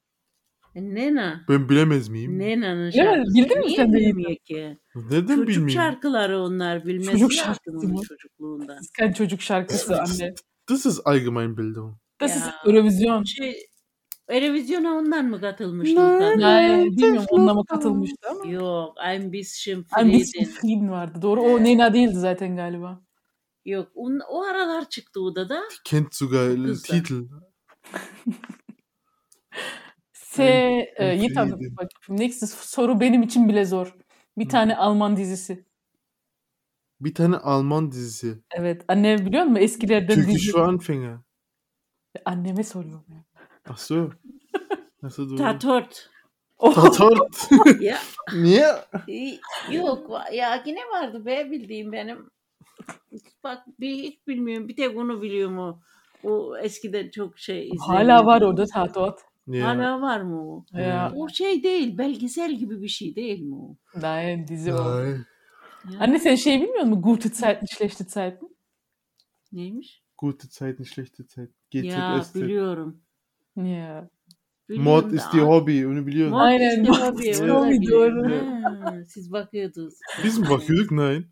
[SPEAKER 2] E, Nena.
[SPEAKER 3] Ben bilemez miyim?
[SPEAKER 2] Nena'nın
[SPEAKER 1] Bilemez-
[SPEAKER 2] şarkısı.
[SPEAKER 1] bildin mi
[SPEAKER 2] Niye
[SPEAKER 1] sen de
[SPEAKER 2] bilmiyor
[SPEAKER 1] Yiğitan?
[SPEAKER 2] ki?
[SPEAKER 3] Neden
[SPEAKER 2] Çocuk
[SPEAKER 3] bilmeyeyim?
[SPEAKER 2] şarkıları onlar bilmesi
[SPEAKER 1] Çocuk
[SPEAKER 2] lazım
[SPEAKER 1] şarkısı
[SPEAKER 2] onun
[SPEAKER 1] mı?
[SPEAKER 2] çocukluğundan.
[SPEAKER 1] Kıskan çocuk şarkısı anne.
[SPEAKER 3] Das ist Allgemeinbildung.
[SPEAKER 1] Das
[SPEAKER 2] Ya.
[SPEAKER 1] ist Eurovision.
[SPEAKER 2] Şey, Erevizyona ondan mı katılmıştı?
[SPEAKER 3] Ne?
[SPEAKER 2] Hakan?
[SPEAKER 1] Nein, bilmiyorum onunla mı katılmıştı ama.
[SPEAKER 2] Yok. Ein bisschen
[SPEAKER 1] Ay Miss
[SPEAKER 2] Frieden.
[SPEAKER 1] Frieden vardı. Doğru. O Nena değildi zaten galiba.
[SPEAKER 2] Yok. un- o aralar çıktı o da da.
[SPEAKER 3] Kennt sogar den
[SPEAKER 2] Güzel.
[SPEAKER 3] Titel.
[SPEAKER 1] Se e,
[SPEAKER 3] Frieden.
[SPEAKER 1] Yiğit Hanım, bak next soru benim için bile zor. Bir
[SPEAKER 3] Hı.
[SPEAKER 1] tane Alman dizisi.
[SPEAKER 3] Bir tane Alman dizisi.
[SPEAKER 1] Evet. Anne biliyor musun eskilerden
[SPEAKER 3] Türkisch
[SPEAKER 1] dizi.
[SPEAKER 3] für Anfänger.
[SPEAKER 1] Anneme soruyorum. ya.
[SPEAKER 3] Ach so. Achso, du.
[SPEAKER 2] Tatort.
[SPEAKER 1] Oh,
[SPEAKER 3] Tatort.
[SPEAKER 2] ya
[SPEAKER 3] ja.
[SPEAKER 2] İyi, Yok va- ya yine vardı be bildiğim benim. Bak bir hiç bilmiyorum. Bir tek onu biliyorum o. O eskiden çok şey izledim.
[SPEAKER 1] hala var orada Tatort.
[SPEAKER 3] ja.
[SPEAKER 2] Hala var mı o?
[SPEAKER 1] Ya.
[SPEAKER 2] O şey değil. Belgesel gibi bir şey değil mi o?
[SPEAKER 1] Nein dizi o.
[SPEAKER 3] Nein.
[SPEAKER 2] Ya,
[SPEAKER 1] Anne sen şey bilmiyor musun? Gute Zeiten, schlechte Zeiten.
[SPEAKER 2] Neymiş?
[SPEAKER 3] Gute Zeiten, schlechte Zeiten.
[SPEAKER 2] Ya
[SPEAKER 3] GZSZ.
[SPEAKER 2] biliyorum.
[SPEAKER 1] Ya.
[SPEAKER 2] biliyorum
[SPEAKER 3] Mord
[SPEAKER 2] da-
[SPEAKER 3] ist die Hobby. Onu biliyorsun.
[SPEAKER 2] Mord
[SPEAKER 1] Aynen,
[SPEAKER 2] is the
[SPEAKER 1] Mord
[SPEAKER 2] hobby,
[SPEAKER 3] is the
[SPEAKER 2] onu da
[SPEAKER 1] hobby,
[SPEAKER 2] biliyorum.
[SPEAKER 3] doğru.
[SPEAKER 2] Ha, siz bakıyordunuz.
[SPEAKER 3] Biz mi bakıyorduk? Nein.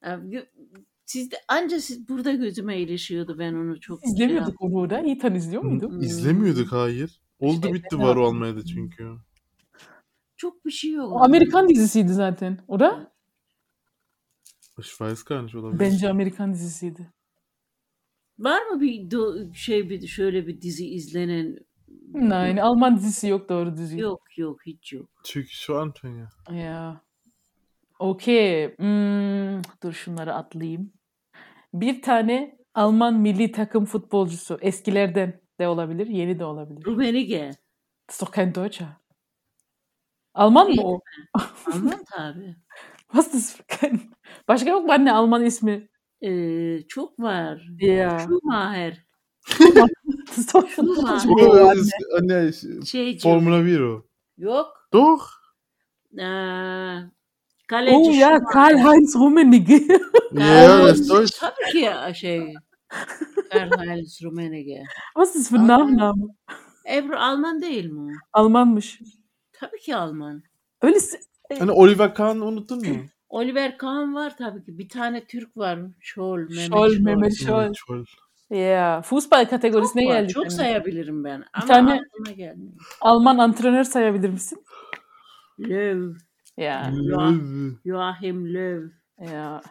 [SPEAKER 2] Ha, gö- Siz de, anca siz burada gözüme ilişiyordu ben onu çok. şey
[SPEAKER 1] İzlemiyorduk onu orada. Yiğitan izliyor muydu?
[SPEAKER 2] Hmm.
[SPEAKER 3] İzlemiyorduk hayır. Oldu
[SPEAKER 1] İşte
[SPEAKER 3] bitti
[SPEAKER 1] ben
[SPEAKER 3] var
[SPEAKER 1] de-
[SPEAKER 3] o Almanya'da çünkü.
[SPEAKER 2] Çok bir şey yok.
[SPEAKER 1] O Amerikan dizisiydi zaten. O da
[SPEAKER 3] Ich weiß gar nicht olabilir.
[SPEAKER 1] bence Amerikan dizisiydi.
[SPEAKER 2] Var mı bir do- şey bir şöyle bir dizi izlenen?
[SPEAKER 1] Nein, Alman dizisi yok doğru düzgün.
[SPEAKER 2] Yok yok hiç yok.
[SPEAKER 3] Türkische Anfänger.
[SPEAKER 1] Ya. Okey. Hmm, dur şunları atlayayım. Bir tane Alman milli takım futbolcusu. Eskilerden de olabilir, yeni de olabilir.
[SPEAKER 2] Rummenigge.
[SPEAKER 1] Das ist doch kein Deutscher. Alman mı o?
[SPEAKER 2] Alman tabi.
[SPEAKER 1] Was das für kein... Başka yok mu anne Alman ismi?
[SPEAKER 2] Ee, çok var.
[SPEAKER 1] Ya.
[SPEAKER 2] Schumacher.
[SPEAKER 1] Das ist doch schon
[SPEAKER 2] Schumacher.
[SPEAKER 3] Oh, das ist, äh, nee, ich,
[SPEAKER 2] Şey
[SPEAKER 3] Formula Viro.
[SPEAKER 2] yok.
[SPEAKER 3] Doch.
[SPEAKER 2] Ee, kaleci
[SPEAKER 1] Oh ya Karl-Heinz Rummenigge.
[SPEAKER 3] Ja, das ist Deutsch.
[SPEAKER 2] Tabii ki ya, şey. Karl-Heinz Rummenigge.
[SPEAKER 1] Was ist das für ein
[SPEAKER 2] Alman.
[SPEAKER 1] Nachname?
[SPEAKER 2] Ebru Alman değil mi? o?
[SPEAKER 1] Almanmış.
[SPEAKER 2] Tabii ki Alman.
[SPEAKER 1] Öyle s-
[SPEAKER 3] Hani Oliver Kahn'ı unuttun mu?
[SPEAKER 2] Oliver Kahn var tabii ki. Bir tane Türk var. Şol, Mehmet
[SPEAKER 1] Scholl, Mehmet Scholl.
[SPEAKER 3] Evet, Scholl.
[SPEAKER 1] Ya futbol kategorisine
[SPEAKER 2] Çok var,
[SPEAKER 1] geldik.
[SPEAKER 2] Çok
[SPEAKER 1] anne.
[SPEAKER 2] sayabilirim ben. Ama
[SPEAKER 1] tane-
[SPEAKER 2] aklıma gelmiyor.
[SPEAKER 1] Alman antrenör sayabilir misin?
[SPEAKER 2] Löw.
[SPEAKER 1] Ya.
[SPEAKER 2] Joachim Löw.
[SPEAKER 1] Ya.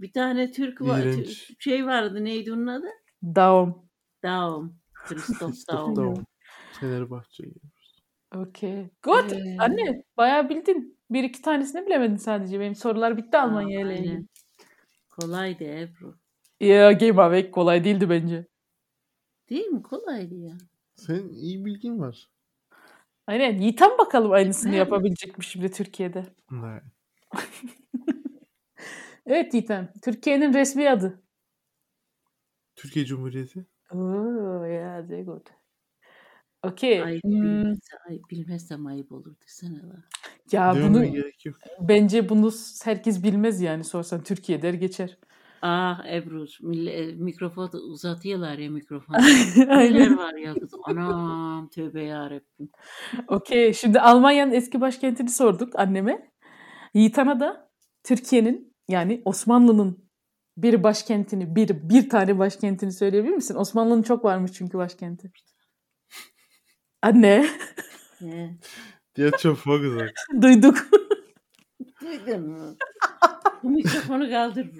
[SPEAKER 2] Bir tane Türk var.
[SPEAKER 3] İğrenç.
[SPEAKER 2] Tür- şey vardı. Neydi onun adı?
[SPEAKER 1] Daum.
[SPEAKER 2] Daum. Christoph
[SPEAKER 3] Tamam.
[SPEAKER 2] Daum.
[SPEAKER 3] Tamam. Fenerbahçe.
[SPEAKER 1] Okey. Good.
[SPEAKER 2] Ee.
[SPEAKER 1] Anne bayağı bildin. Bir iki tanesini bilemedin sadece. Benim sorular bitti Almanya ile
[SPEAKER 2] Aynen.
[SPEAKER 1] ilgili.
[SPEAKER 2] Kolaydı Ebru.
[SPEAKER 1] Ya Game Awake kolay değildi bence.
[SPEAKER 2] Değil mi? Kolaydı ya.
[SPEAKER 3] Senin iyi bilgin var.
[SPEAKER 1] Aynen. Yiğitem bakalım aynısını
[SPEAKER 2] Nerede?
[SPEAKER 1] yapabilecek mi şimdi Türkiye'de?
[SPEAKER 3] Nein.
[SPEAKER 1] Evet Yiğitem. Türkiye'nin resmi adı.
[SPEAKER 3] Türkiye Cumhuriyeti.
[SPEAKER 1] Oo ya very good. Okey.
[SPEAKER 2] Ayıp
[SPEAKER 1] Hmm,
[SPEAKER 2] bilmezse, ayıp bilmezsem ayıp olur desene lan.
[SPEAKER 1] ya
[SPEAKER 3] Dövmeye
[SPEAKER 1] bunu
[SPEAKER 3] gerek yok.
[SPEAKER 1] bence bunu herkes bilmez yani sorsan Türkiye der geçer.
[SPEAKER 2] Ah Ebru mille, mikrofonu uzatıyorlar ya mikrofonu.
[SPEAKER 1] Aynen.
[SPEAKER 2] Neler var ya kızım. Anam tövbe yarabbim.
[SPEAKER 1] Okey. Şimdi Almanya'nın eski başkentini sorduk anneme. Yiğitan'a da Türkiye'nin yani Osmanlı'nın bir başkentini, bir bir tane başkentini söyleyebilir misin? Osmanlı'nın çok varmış çünkü başkenti. Anne,
[SPEAKER 2] Ne?
[SPEAKER 3] Die hat schon vorgesagt.
[SPEAKER 1] duyduk.
[SPEAKER 2] Duydun mu? Bu mikrofonu kaldır.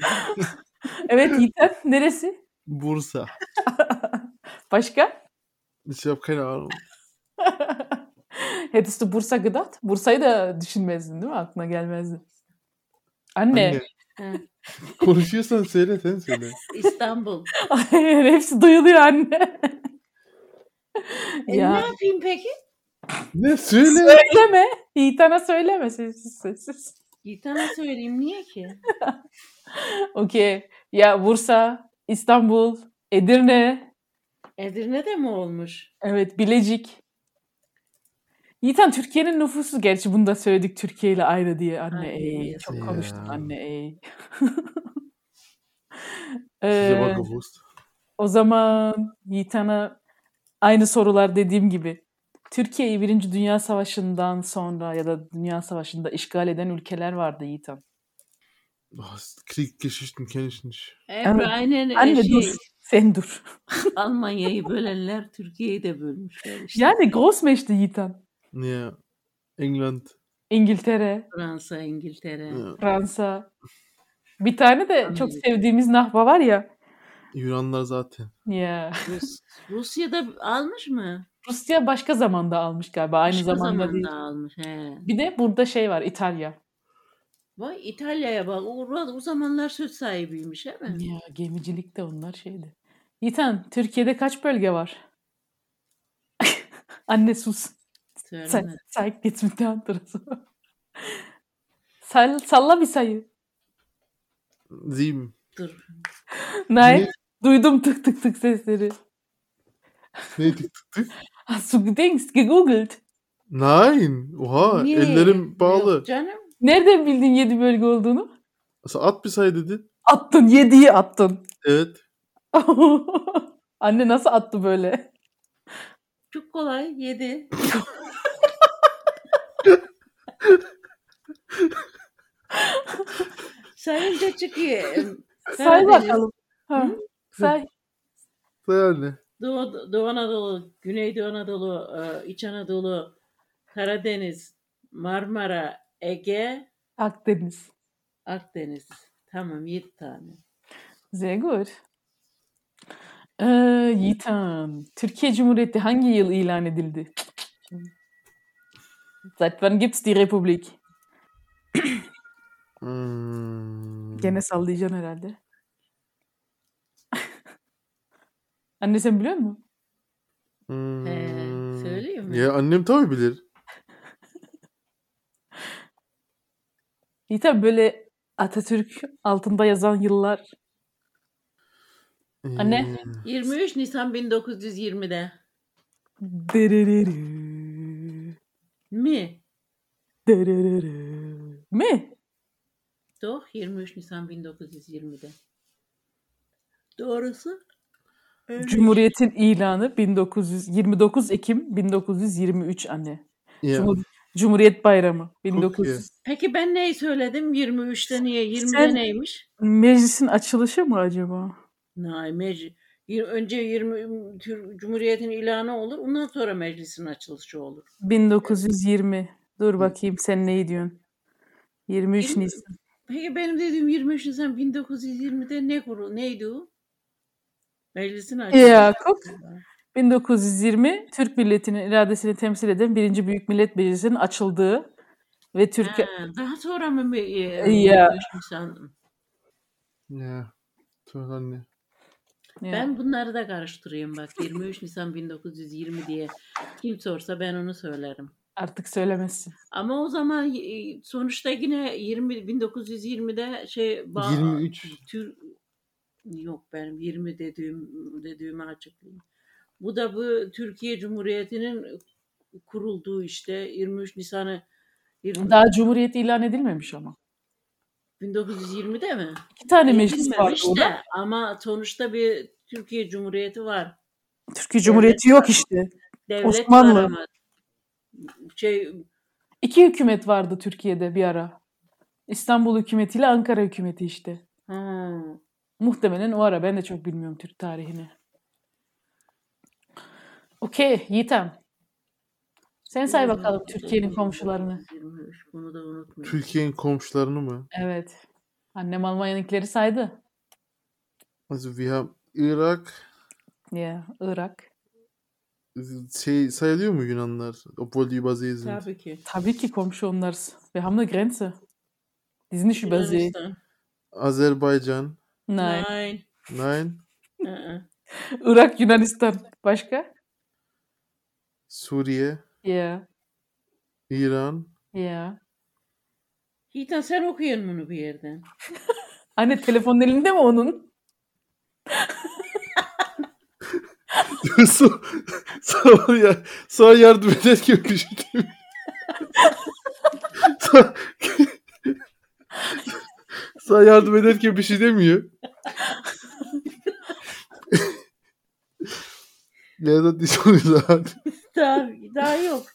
[SPEAKER 1] Evet Yiğitan, neresi?
[SPEAKER 3] Bursa.
[SPEAKER 1] Başka?
[SPEAKER 3] Ich habe keine Ahnung.
[SPEAKER 1] Hedüstü Bursa Gıdat. Bursa'yı da düşünmezdin değil mi? Aklına gelmezdi. Anne,
[SPEAKER 3] Anne.
[SPEAKER 2] Ha,
[SPEAKER 3] Konuşuyorsan söyle sen söyle.
[SPEAKER 2] İstanbul.
[SPEAKER 1] Hayır, hepsi duyuluyor anne.
[SPEAKER 2] E, ne yapayım peki?
[SPEAKER 3] Ne söyle?
[SPEAKER 1] Söyleme. Yiğitan'a söyleme sessiz sessiz.
[SPEAKER 2] Yiğitan'a söyleyeyim. Niye ki?
[SPEAKER 1] Okey. Ya Bursa, İstanbul, Edirne,
[SPEAKER 2] Edirne'de mi olmuş?
[SPEAKER 1] evet Bilecik. Yiğitan Türkiye'nin nüfusu gerçi bunu da söyledik Türkiye ile ayrı diye anne
[SPEAKER 2] Ay,
[SPEAKER 1] ey.
[SPEAKER 2] yazık.
[SPEAKER 1] Çok
[SPEAKER 3] Ya.
[SPEAKER 1] konuştun anne ey.
[SPEAKER 3] Size
[SPEAKER 1] Ee,
[SPEAKER 3] bak gewusst.
[SPEAKER 1] o zaman Yiğitan'a aynı sorular dediğim gibi. Türkiye'yi Birinci Dünya Savaşı'ndan sonra ya da Dünya Savaşı'nda işgal eden ülkeler vardı Yiğitan.
[SPEAKER 3] Oh, Kriegsgeschichten kenne ich nicht.
[SPEAKER 2] Ebru
[SPEAKER 1] Evet.
[SPEAKER 2] aynen e,
[SPEAKER 1] Anne
[SPEAKER 2] şey,
[SPEAKER 1] dur. Sen dur.
[SPEAKER 2] Almanya'yı bölenler Türkiye'yi de bölmüşler. İşte
[SPEAKER 1] Yani Grossmächte Yiğitan.
[SPEAKER 3] Ja. England.
[SPEAKER 1] İngiltere,
[SPEAKER 2] Fransa, İngiltere.
[SPEAKER 3] Ja.
[SPEAKER 1] Fransa. Bir tane de çok
[SPEAKER 2] Anladım.
[SPEAKER 1] sevdiğimiz Nahba var ya.
[SPEAKER 3] Yunanlar zaten.
[SPEAKER 1] Ya.
[SPEAKER 2] Rus, Rusya'da almış mı?
[SPEAKER 1] Rusya başka zamanda almış galiba. Aynı
[SPEAKER 2] Başka
[SPEAKER 1] zamanda değil.
[SPEAKER 2] almış. He.
[SPEAKER 1] Bir de burada şey var İtalya.
[SPEAKER 2] Vay İtalya'ya bak. O, o zamanlar söz sahibiymiş he mi?
[SPEAKER 1] Ya gemicilikte onlar şeydi. Yiğitan Türkiye'de kaç bölge var? Anne sus. Sen
[SPEAKER 2] Söylemedim.
[SPEAKER 1] say git bir daha hatırlasana. Sall- salla bir sayı.
[SPEAKER 3] Sieben.
[SPEAKER 2] Dur.
[SPEAKER 1] Nay.
[SPEAKER 3] Ne?
[SPEAKER 1] Duydum tık tık tık sesleri.
[SPEAKER 3] Nee, die-
[SPEAKER 1] Hast du gedenkst, gegoogelt?
[SPEAKER 3] nein. Oha.
[SPEAKER 2] Niye?
[SPEAKER 3] Ellerim bağlı.
[SPEAKER 2] Yok canım.
[SPEAKER 1] Nereden bildin 7 bölge olduğunu?
[SPEAKER 3] Sen at bir say dedin.
[SPEAKER 1] Attın 7'yi attın.
[SPEAKER 3] Evet.
[SPEAKER 1] Anne nasıl attı böyle?
[SPEAKER 2] Çok kolay. Yedi. Sayınca çıkıyor.
[SPEAKER 1] Say
[SPEAKER 2] Karadeniz,
[SPEAKER 1] bakalım. Ha.
[SPEAKER 2] Hı?
[SPEAKER 1] Say.
[SPEAKER 3] Say anne.
[SPEAKER 2] Doğu, Doğu Anadolu, Güneydoğu Anadolu, e, İç Anadolu, Karadeniz, Marmara, Ege,
[SPEAKER 1] Akdeniz.
[SPEAKER 2] Akdeniz. Tamam 7 tane.
[SPEAKER 1] Sehr gut. Ee, Yiğit Han, Türkiye Cumhuriyeti hangi yıl ilan edildi? Seit wann gibt's die Republik?
[SPEAKER 3] Hmm.
[SPEAKER 1] Gene sallayacaksın herhalde. Anne sen biliyor musun?
[SPEAKER 3] Hmm.
[SPEAKER 2] Ee, söyleyeyim mi?
[SPEAKER 3] Ya annem tabii bilir.
[SPEAKER 1] Yiğit Han, böyle Atatürk altında yazan yıllar.
[SPEAKER 3] Ee,
[SPEAKER 1] Anne?
[SPEAKER 2] 23 Nisan 1920'de.
[SPEAKER 1] Dererere,
[SPEAKER 2] Mi?
[SPEAKER 1] dererere. Mi?
[SPEAKER 2] Doğ 23 Nisan 1920'de. Doğrusu öyle.
[SPEAKER 1] Cumhuriyetin ilanı 1929 Ekim 1923 anne.
[SPEAKER 3] Ya,
[SPEAKER 1] Cumhur- Cumhuriyet Bayramı
[SPEAKER 3] iyi.
[SPEAKER 1] 1900.
[SPEAKER 2] Peki ben neyi söyledim? 23'te niye? 20'de
[SPEAKER 1] Sen-
[SPEAKER 2] neymiş?
[SPEAKER 1] Meclisin açılışı mı acaba?
[SPEAKER 2] Nay meclis. Önce 20 Tür- Cumhuriyet'in ilanı olur. Ondan sonra meclisin açılışı olur.
[SPEAKER 1] 1920. Dur bakayım sen ne diyorsun? 23
[SPEAKER 2] Yirmi-
[SPEAKER 1] Nisan.
[SPEAKER 2] Peki benim dediğim 23 Nisan 1920'de ne kuru neydi o? Meclisin açılışı.
[SPEAKER 1] Yakup. 1920 Türk milletinin iradesini temsil eden 1. Büyük Millet Meclisi'nin açıldığı ve Türkiye
[SPEAKER 2] Ha, daha sonra mı? e,
[SPEAKER 1] Ya.
[SPEAKER 2] 23 Nisan?
[SPEAKER 3] Ya. Söyle anne.
[SPEAKER 1] Ya,
[SPEAKER 2] Ben bunları da karıştırayım bak 23 Nisan 1920 diye kim sorsa ben onu söylerim.
[SPEAKER 1] artık söylemezsin.
[SPEAKER 2] Ama o zaman e, sonuçta yine 20 1920'de şey ba-
[SPEAKER 3] 23.
[SPEAKER 2] Tür yok benim 20 dediğim dediğimi açıklayayım. Bu da bu Türkiye Cumhuriyeti'nin kurulduğu işte 23 Nisan'ı 20,
[SPEAKER 1] Daha Cumhuriyet ilan edilmemiş ama.
[SPEAKER 2] 1920'de mi?
[SPEAKER 1] İki tane Hani meclis vardı
[SPEAKER 2] Edilmemiş
[SPEAKER 1] o
[SPEAKER 2] de
[SPEAKER 1] da.
[SPEAKER 2] Ama sonuçta bir Türkiye Cumhuriyeti var.
[SPEAKER 1] Türkiye Cumhuriyeti yok işte.
[SPEAKER 2] Devlet
[SPEAKER 1] Osmanlı.
[SPEAKER 2] var ama şey
[SPEAKER 1] İki hükümet vardı Türkiye'de bir ara. İstanbul hükümetiyle Ankara hükümeti işte.
[SPEAKER 2] ha,
[SPEAKER 1] Muhtemelen o ara ben de çok bilmiyorum Türk tarihini. Okey Yiğitem. Sen say bakalım Türkiye'nin komşularını.
[SPEAKER 2] 23, şey. bunu da unutmayın.
[SPEAKER 3] Türkiye'nin komşularını mı?
[SPEAKER 1] Evet. Annem Almanya'nınkileri saydı.
[SPEAKER 3] Also wir haben Irak
[SPEAKER 1] Ya Irak.
[SPEAKER 3] şey sayılıyor mu Yunanlar? Obwohl die übersee sind.
[SPEAKER 2] Tabii ki.
[SPEAKER 1] Tabii ki komşu onlar. Wir haben eine Grenze. Die sind nicht über See.
[SPEAKER 2] Yunanistan.
[SPEAKER 3] Azerbaycan.
[SPEAKER 1] Nein.
[SPEAKER 2] Nein.
[SPEAKER 3] Nein.
[SPEAKER 2] Aa.
[SPEAKER 1] Irak, Yunanistan. Başka?
[SPEAKER 3] Suriye.
[SPEAKER 1] Ya.
[SPEAKER 3] İran.
[SPEAKER 1] Ya.
[SPEAKER 2] Yiğitan sen okuyun bunu bir yerden.
[SPEAKER 1] Anne telefonun elinde mi onun?
[SPEAKER 3] Su- sana, ya, sana yardım ederken bir şey demiyorum. sana, sana yardım ederken bir şey demiyor. ya da Diyarbakır.
[SPEAKER 2] Daha, daha yok.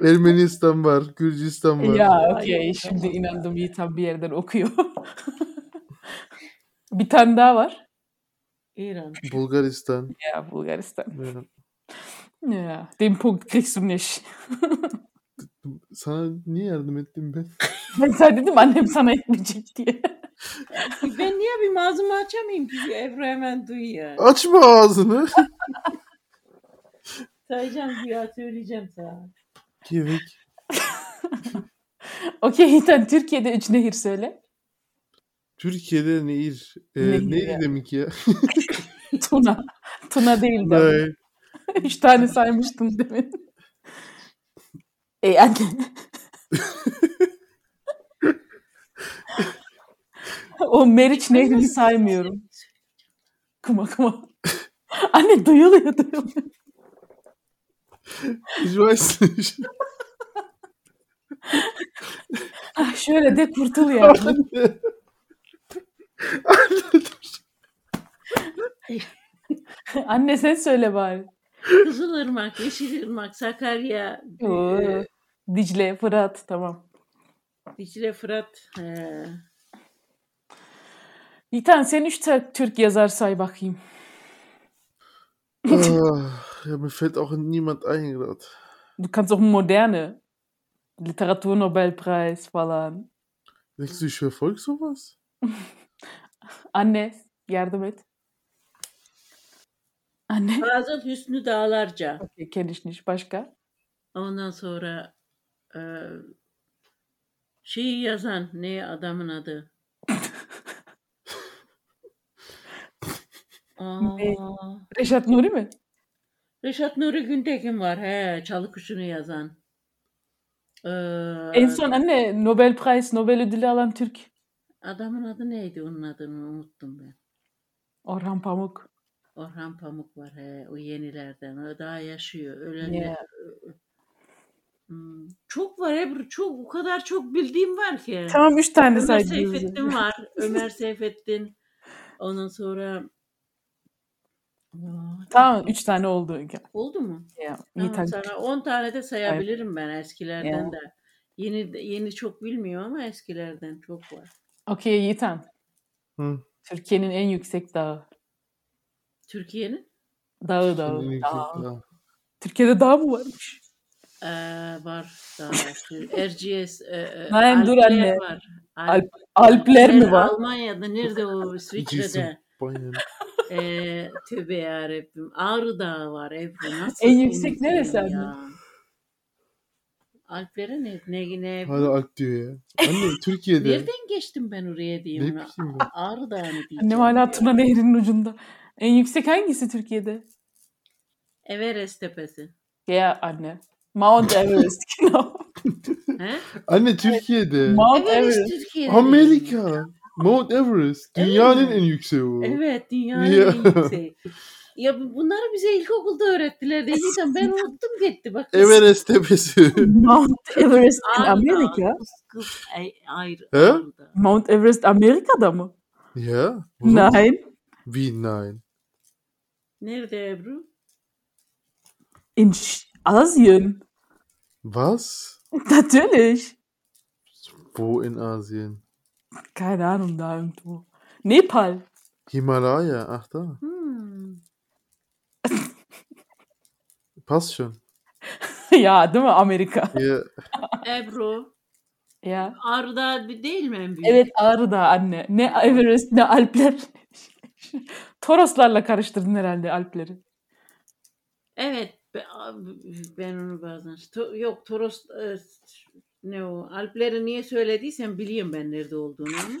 [SPEAKER 3] Ermenistan var, Gürcistan var.
[SPEAKER 1] Ya
[SPEAKER 2] Ay,
[SPEAKER 1] okey şimdi
[SPEAKER 2] tamam.
[SPEAKER 1] inandım Yiğitem bir yerden okuyor. bir tane daha var.
[SPEAKER 2] İran.
[SPEAKER 3] Bulgaristan.
[SPEAKER 1] Ja, Bulgaristan.
[SPEAKER 3] Ya,
[SPEAKER 1] Ja, den Punkt kriegst du nicht.
[SPEAKER 3] Sana niye yardım ettim ben?
[SPEAKER 1] Ben sana dedim annem sana etmeyecek diye.
[SPEAKER 2] Ben niye bir ağzımı açamayayım ki Ebru hemen duyuyor.
[SPEAKER 3] Açma ağzını.
[SPEAKER 2] Sayacağım güya söyleyeceğim sana.
[SPEAKER 3] Kevik.
[SPEAKER 1] Okey Hitan Türkiye'de üç nehir söyle.
[SPEAKER 3] Türkiye'de nehir. Ee,
[SPEAKER 1] Nehir
[SPEAKER 3] neydi
[SPEAKER 1] ya.
[SPEAKER 3] demek ya?
[SPEAKER 1] Tuna. Tuna değil de.
[SPEAKER 3] Ney?
[SPEAKER 1] üç tane saymıştım demin. Ey anne. o Meriç nehrini saymıyorum. Kuma kuma. anne duyuluyor duyuluyor.
[SPEAKER 3] Ich weiß nicht.
[SPEAKER 1] Ah, şöyle de kurtul yani. anne sen söyle bari.
[SPEAKER 2] Kızılırmak, Yeşilırmak, Sakarya, e,
[SPEAKER 1] Oo. Dicle, Fırat tamam.
[SPEAKER 2] Dicle Fırat. He.
[SPEAKER 1] Bir tane sen üç tane Türk yazar say bakayım.
[SPEAKER 3] Ah, ja, mir fällt auch niemand ein gerade.
[SPEAKER 1] Du kannst auch moderne. Literatur Nobelpreis falan.
[SPEAKER 3] Denkst du, ich verfolge sowas?
[SPEAKER 1] Anne yardım et. Anne.
[SPEAKER 2] Fazıl Hüsnü Dağlarca.
[SPEAKER 1] Okay, kenne ich nicht. Başka?
[SPEAKER 2] Ondan sonra e, şeyi yazan ne adamın adı? Aa,
[SPEAKER 1] Ne? Reşat Nuri mi?
[SPEAKER 2] Reşat Nuri Güntekin var. He, Çalı Kuşu'nu yazan. Ee,
[SPEAKER 1] En son anne Nobelpreis, Nobel ödülü alan Türk.
[SPEAKER 2] Adamın adı neydi? Onun adını unuttum ben.
[SPEAKER 1] Orhan Pamuk.
[SPEAKER 2] Orhan Pamuk var he, o yenilerden. O daha yaşıyor. Ölenler.
[SPEAKER 1] Yeah.
[SPEAKER 2] Hmm, Çok var Ebru. Çok, o kadar çok bildiğim var ki.
[SPEAKER 1] Tamam üç tane
[SPEAKER 2] Ömer
[SPEAKER 1] saydınız.
[SPEAKER 2] Seyfettin var. Ömer Seyfettin. Ondan sonra Aa,
[SPEAKER 1] Tamam üç tane oldu. Ya,
[SPEAKER 2] oldu mu?
[SPEAKER 1] iyi
[SPEAKER 2] Tamam,
[SPEAKER 1] taktik.
[SPEAKER 2] sana 10 tane de sayabilirim ben eskilerden de. Yeni yeni çok bilmiyorum ama eskilerden çok var.
[SPEAKER 1] Okey Yiğitan.
[SPEAKER 3] Hı.
[SPEAKER 1] Türkiye'nin en yüksek dağı.
[SPEAKER 2] Türkiye'nin
[SPEAKER 1] Dağı
[SPEAKER 3] En
[SPEAKER 1] dağı.
[SPEAKER 3] yüksek
[SPEAKER 1] dağı.
[SPEAKER 3] dağ.
[SPEAKER 1] Türkiye'de dağ mı varmış?
[SPEAKER 2] eee, var daha var. RGS eee,
[SPEAKER 1] Naim, dur
[SPEAKER 2] Alpler
[SPEAKER 1] anne.
[SPEAKER 2] var.
[SPEAKER 1] Alp- Alpler mi var?
[SPEAKER 2] Almanya'da nerede o
[SPEAKER 3] Cisim.
[SPEAKER 2] İsviçre'de?
[SPEAKER 3] Bayern.
[SPEAKER 2] Eee tövbe ya Rabbim. Ağrı Dağı var Ebru. Nasıl
[SPEAKER 1] En yüksek
[SPEAKER 2] unutuyorum
[SPEAKER 1] neresi anne?
[SPEAKER 2] ya? Alplere ne? Ne? ne?
[SPEAKER 3] Hala alp diyor ya. Anne Türkiye'de.
[SPEAKER 2] Nereden geçtim ben oraya
[SPEAKER 3] ne
[SPEAKER 2] diyeyim
[SPEAKER 3] bileyim
[SPEAKER 2] ona.
[SPEAKER 3] ben.
[SPEAKER 2] Ağrı Dağı mı diyeceğim?
[SPEAKER 1] Annem hala Tuna Nehri'nin ucunda. En yüksek hangisi Türkiye'de?
[SPEAKER 2] Everest Tepesi.
[SPEAKER 1] Ya anne. Mount Everest. genau.
[SPEAKER 2] He?
[SPEAKER 3] Anne Türkiye'de.
[SPEAKER 1] Mount
[SPEAKER 2] Everest
[SPEAKER 1] Everest.
[SPEAKER 2] Türkiye'de.
[SPEAKER 3] Amerika. Mount Everest. Dünyanın en yükseği o.
[SPEAKER 2] Evet dünyanın
[SPEAKER 3] Ya.
[SPEAKER 2] en yükseği. Ya bu- bunları bize ilkokulda öğrettiler dediysen ben unuttum gitti bak.
[SPEAKER 3] Everest tepesi.
[SPEAKER 1] Mount Everest in
[SPEAKER 2] Ağrı Dağı,
[SPEAKER 1] Amerika.
[SPEAKER 2] Kız, kız, ay, ayrı.
[SPEAKER 3] He?
[SPEAKER 2] Ağrı Dağı.
[SPEAKER 1] Mount Everest Amerika'da mı?
[SPEAKER 3] ya.
[SPEAKER 1] Nein.
[SPEAKER 3] Wie nein.
[SPEAKER 2] Nerede Ebru?
[SPEAKER 1] In Ş- Asien.
[SPEAKER 3] Was?
[SPEAKER 1] Natürlich.
[SPEAKER 3] Wo in Asien?
[SPEAKER 1] Keine Ahnung, da irgendwo. Nepal.
[SPEAKER 3] Himalaya. Ach da.
[SPEAKER 2] Hmm.
[SPEAKER 3] Passt schon.
[SPEAKER 1] ja, değil mi? Amerika.
[SPEAKER 3] Ja.
[SPEAKER 2] Ebru.
[SPEAKER 1] Ya.
[SPEAKER 2] Ağrı Dağı bir- değil mi en büyük?
[SPEAKER 1] Evet Ağrı Dağı anne. Ne Everest ne Alpler. Toroslarla karıştırdın herhalde Alpleri.
[SPEAKER 2] Evet. be- abi, Ben onu bazen... To- yok Toros... e, Ne o? Alpleri niye söylediysen biliyorum ben nerede olduğunu ama.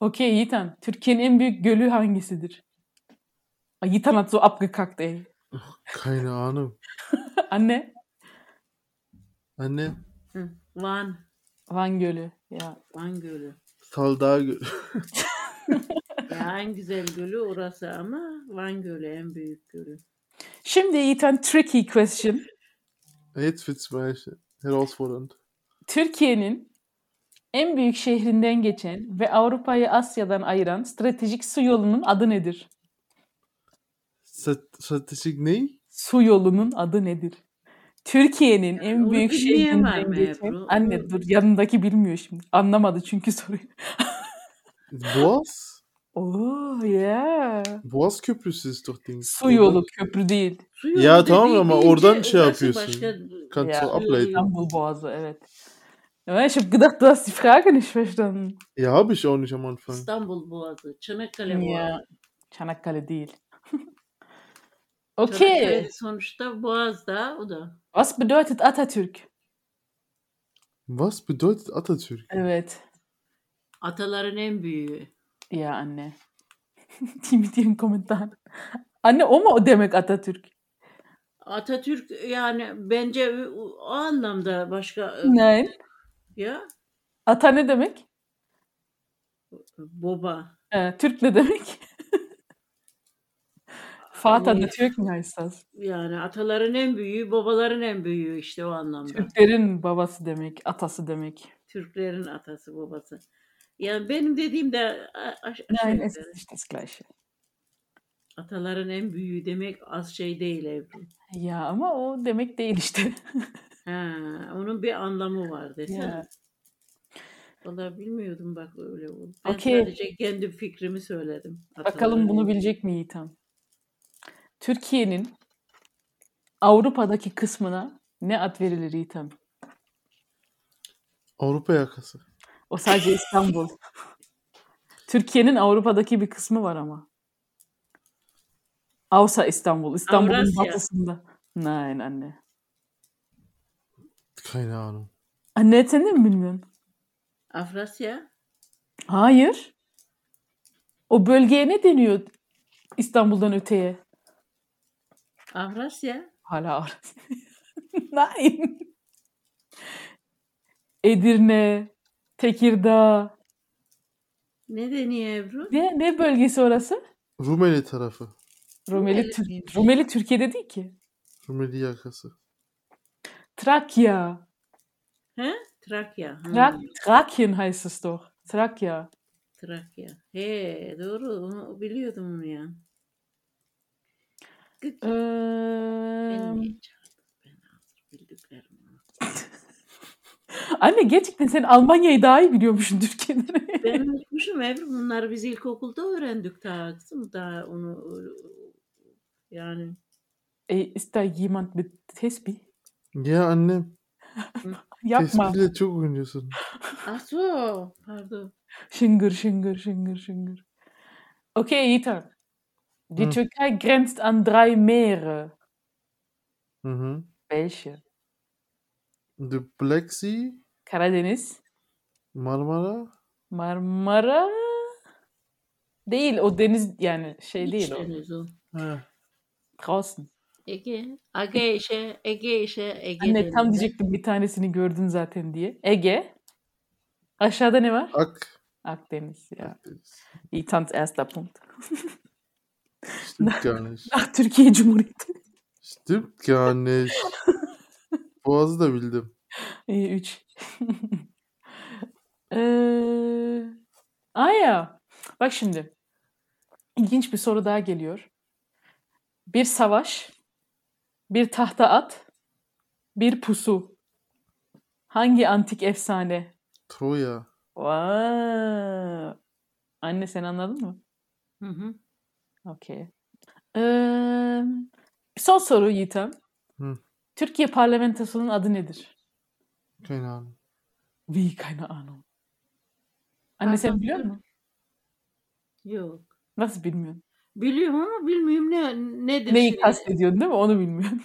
[SPEAKER 1] Okey Yiğitan. Türkiye'nin en büyük gölü hangisidir? Ay, Yiğitan hat so abgekackt ey.
[SPEAKER 3] Keine Ahnung.
[SPEAKER 1] Anne.
[SPEAKER 3] Anne.
[SPEAKER 2] Hı, Van.
[SPEAKER 1] Van Gölü. Ya.
[SPEAKER 2] Van Gölü.
[SPEAKER 3] Saldar.
[SPEAKER 2] Ya en güzel gölü orası ama Van Gölü en büyük gölü.
[SPEAKER 1] Şimdi Yiğitan tricky question.
[SPEAKER 3] Jetzt wird's mal herausfordernd.
[SPEAKER 1] Türkiye'nin en büyük şehrinden geçen ve Avrupa'yı Asya'dan ayıran stratejik su yolunun adı nedir?
[SPEAKER 3] Sat- Stratejik ne?
[SPEAKER 1] Su yolunun adı nedir? Türkiye'nin en
[SPEAKER 2] onu
[SPEAKER 1] büyük
[SPEAKER 2] bilmeyen var
[SPEAKER 1] şehrinden
[SPEAKER 2] mı
[SPEAKER 1] geçen...
[SPEAKER 2] Ebru?
[SPEAKER 1] Anne dur yanındaki bilmiyor şimdi. Anlamadı çünkü soruyu.
[SPEAKER 3] Boğaz?
[SPEAKER 1] Oo ya.
[SPEAKER 3] Boğaz Köprüsü ist doch Dings.
[SPEAKER 1] Oh, Su yolu köprü değil.
[SPEAKER 2] Su
[SPEAKER 3] Ya
[SPEAKER 2] yolu
[SPEAKER 3] tamam
[SPEAKER 2] dediği
[SPEAKER 3] ama
[SPEAKER 2] deyince
[SPEAKER 3] oradan şey
[SPEAKER 2] orası
[SPEAKER 3] yapıyorsun. Kannst
[SPEAKER 1] Ja.
[SPEAKER 3] du ableiten.
[SPEAKER 1] İstanbul Boğazı evet. Ja, ich habe gedacht, du hast die Frage nicht verstanden.
[SPEAKER 3] Ja, habe ich auch nicht am Anfang.
[SPEAKER 2] İstanbul Boğazı, Çanakkale
[SPEAKER 1] Ya.
[SPEAKER 2] Boğazı.
[SPEAKER 1] Çanakkale değil.
[SPEAKER 2] Çanakkale
[SPEAKER 1] okay.
[SPEAKER 2] sonuçta Boğaz'da o da.
[SPEAKER 1] Was bedeutet Atatürk?
[SPEAKER 3] Was bedeutet Atatürk?
[SPEAKER 1] Evet.
[SPEAKER 2] Ataların en büyüğü.
[SPEAKER 1] Ya anne. Die mit ihren Kommentaren. Anne o mu o demek Atatürk?
[SPEAKER 2] Atatürk yani bence o o anlamda başka
[SPEAKER 1] Nein.
[SPEAKER 2] ya
[SPEAKER 1] Ata ne demek?
[SPEAKER 2] baba.
[SPEAKER 1] Ee, Türk ne demek? Fatih da Türk mü heißt das?
[SPEAKER 2] Yani ataların en büyüğü, babaların en büyüğü işte o anlamda.
[SPEAKER 1] Türklerin babası demek, atası demek.
[SPEAKER 2] Türklerin atası, babası. Yani benim dediğim de a- şey, aş- aşağı
[SPEAKER 1] Nein, es
[SPEAKER 2] yukarı.
[SPEAKER 1] ist nicht das gleiche.
[SPEAKER 2] Ataların en büyüğü demek az şey değil Ebru.
[SPEAKER 1] Ya ama o demek değil işte.
[SPEAKER 2] Ha, onun bir anlamı var desene.
[SPEAKER 1] Ya.
[SPEAKER 2] Vallahi bilmiyordum bak öyle oldu. Ben
[SPEAKER 1] Okey.
[SPEAKER 2] sadece kendi fikrimi söyledim.
[SPEAKER 1] Bakalım bunu
[SPEAKER 2] Ataların-
[SPEAKER 1] bilecek mi Yiğitan? Türkiye'nin Avrupa'daki kısmına Ne ad verilir Yiğitem?
[SPEAKER 3] Avrupa yakası.
[SPEAKER 1] O sadece İstanbul. Türkiye'nin Avrupa'daki bir kısmı var ama. Avsa İstanbul. İstanbul'un
[SPEAKER 2] Avrasya.
[SPEAKER 1] batısında. Nein anne.
[SPEAKER 3] Keine Ahnung.
[SPEAKER 1] Anne sen de mi bilmiyorsun?
[SPEAKER 2] Afrasya.
[SPEAKER 1] Hayır. O bölgeye ne deniyor İstanbul'dan öteye?
[SPEAKER 2] Afrasya.
[SPEAKER 1] Hala Avrasya. Nein. Edirne, Tekirdağ.
[SPEAKER 2] Ne deniyor Ebru?
[SPEAKER 1] Ne, ne bölgesi orası?
[SPEAKER 3] Rumeli tarafı.
[SPEAKER 1] Rumeli, Tür-
[SPEAKER 2] miymiş?
[SPEAKER 1] Rumeli Türkiye'de değil ki.
[SPEAKER 3] Rumeli yakası.
[SPEAKER 1] Trakya.
[SPEAKER 2] Trakya. Hı,
[SPEAKER 1] Trak Trakien heißt es doch. Trakya.
[SPEAKER 2] Trakya. He doğru onu biliyordum onu ya. Gık,
[SPEAKER 1] Ee,
[SPEAKER 2] ben niye çağırdım? Ben hazır bildiklerimi unuttum.
[SPEAKER 1] anne gerçekten sen Almanya'yı daha iyi biliyormuşsun Türkiye'den.
[SPEAKER 2] Ben unutmuşum Ebru. Bunları biz ilkokulda öğrendik daha kızım. Daha onu yani
[SPEAKER 1] e, ist da jemand mit Tespih?
[SPEAKER 3] Ya annem.
[SPEAKER 1] Yapma.
[SPEAKER 3] Tespihle çok oynuyorsun.
[SPEAKER 2] Aso pardon.
[SPEAKER 1] Şıngır şıngır şıngır şıngır. Okay, Yiğitan. Die
[SPEAKER 3] Hı.
[SPEAKER 1] Türkei grenzt an drei Meere.
[SPEAKER 3] Hı hı.
[SPEAKER 1] Welche?
[SPEAKER 3] Mhm. The Black Sea,
[SPEAKER 1] Karadeniz,
[SPEAKER 3] Marmara,
[SPEAKER 1] Marmara. Değil o deniz yani şey
[SPEAKER 2] İç
[SPEAKER 1] değil o.
[SPEAKER 2] deniz o.
[SPEAKER 3] ha,
[SPEAKER 1] Draußen.
[SPEAKER 2] Ege. Ege işe. Ege işe. Ege
[SPEAKER 1] Anne tam
[SPEAKER 2] denizi.
[SPEAKER 1] diyecektim bir tanesini gördün zaten diye. Ege. Aşağıda ne var?
[SPEAKER 3] Ak.
[SPEAKER 1] Akdeniz ya.
[SPEAKER 3] Akdeniz.
[SPEAKER 1] Yiğitan's erster Punkt.
[SPEAKER 3] Stimmt gar nicht.
[SPEAKER 1] Ah, Türkiye Cumhuriyeti.
[SPEAKER 3] Stimmt gar nicht. Boğazı da bildim.
[SPEAKER 1] İyi, üç. ee, Aya. Bak şimdi. İlginç bir soru daha geliyor. Bir savaş, bir tahta at, bir pusu. Hangi antik efsane?
[SPEAKER 3] Troya.
[SPEAKER 1] Vaa. Anne sen anladın mı?
[SPEAKER 2] Hı hı.
[SPEAKER 1] Okey. Ee, son soru Yiğitem.
[SPEAKER 3] Hı.
[SPEAKER 1] Türkiye parlamentosunun adı nedir?
[SPEAKER 3] Keine Ahnung.
[SPEAKER 1] Wie keine Ahnung. Anne sen
[SPEAKER 2] Parlamento-
[SPEAKER 1] biliyor musun?
[SPEAKER 2] Yok.
[SPEAKER 1] Nasıl bilmiyorsun?
[SPEAKER 2] Biliyorum ama bilmiyorum ne nedir.
[SPEAKER 1] Neyi
[SPEAKER 2] şimdi.
[SPEAKER 1] kastediyorsun değil mi? Onu bilmiyorum.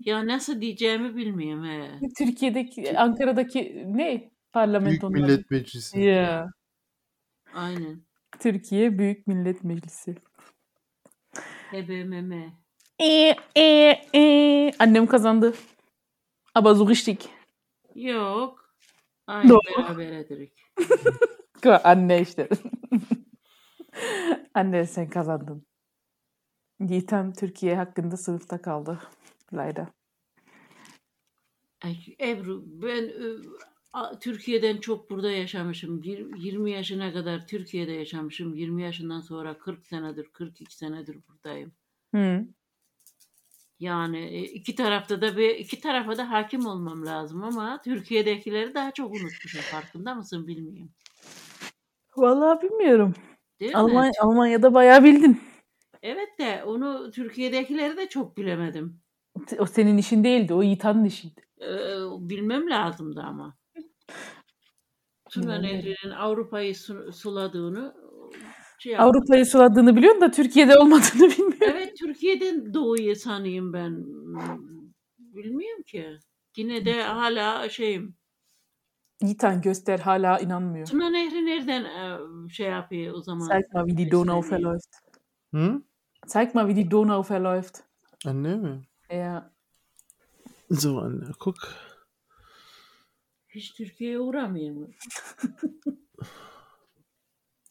[SPEAKER 2] Ya nasıl diyeceğimi bilmiyorum he.
[SPEAKER 1] Türkiye'deki, Ankara'daki ne
[SPEAKER 3] Büyük
[SPEAKER 1] parlamentonun adı?
[SPEAKER 3] Millet Meclisi.
[SPEAKER 1] Ya.
[SPEAKER 2] Aynen.
[SPEAKER 1] Türkiye Büyük Millet Meclisi.
[SPEAKER 2] E TBMM. E,
[SPEAKER 1] Ee, ee, ee. Annem kazandı. Aber so richtig.
[SPEAKER 2] Yok. Aynı
[SPEAKER 1] Doğru.
[SPEAKER 2] beraber ederek.
[SPEAKER 1] Anne işte. Anne sen kazandın. Yiğitem Türkiye hakkında sınıfta kaldı. Layda.
[SPEAKER 2] Ay, Ebru ben ö, a- Türkiye'den çok burada yaşamışım. Yir- 20 yaşına kadar Türkiye'de yaşamışım. 20 yaşından sonra 40 senedir, 42 senedir buradayım.
[SPEAKER 1] Hı.
[SPEAKER 2] Yani e, iki tarafta da bir iki tarafa da hakim olmam lazım ama Türkiye'dekileri daha çok unutmuşum. Farkında mısın bilmiyorum.
[SPEAKER 1] Vallahi bilmiyorum.
[SPEAKER 2] Değil mi?
[SPEAKER 1] Almanya, Almanya'da bayağı bildin.
[SPEAKER 2] Evet de onu Türkiye'dekileri de çok bilemedim.
[SPEAKER 1] O senin işin değildi. O Yiğitan'ın işiydi.
[SPEAKER 2] Ee, bilmem lazımdı ama. Tuna
[SPEAKER 1] Yani.
[SPEAKER 2] Nehri'nin Avrupa'yı su- suladığını şey yapmadım.
[SPEAKER 1] Avrupa'yı suladığını biliyorsun da Türkiye'de olmadığını bilmiyorum.
[SPEAKER 2] Evet Türkiye'den doğuyu sanayım ben. Bilmiyorum ki. Yine de hala şeyim.
[SPEAKER 1] Yiğitan göster hala inanmıyor.
[SPEAKER 2] Tuna Nehri nereden e, şey yapıyor o zaman?
[SPEAKER 1] Zeig mal, wie die Donau verläuft.
[SPEAKER 3] Hı?
[SPEAKER 1] Zeig mal, wie die Donau verläuft.
[SPEAKER 3] Anne mi?
[SPEAKER 1] Ja.
[SPEAKER 3] So anne guck.
[SPEAKER 2] Hiç Türkiye'ye uğramıyor mu?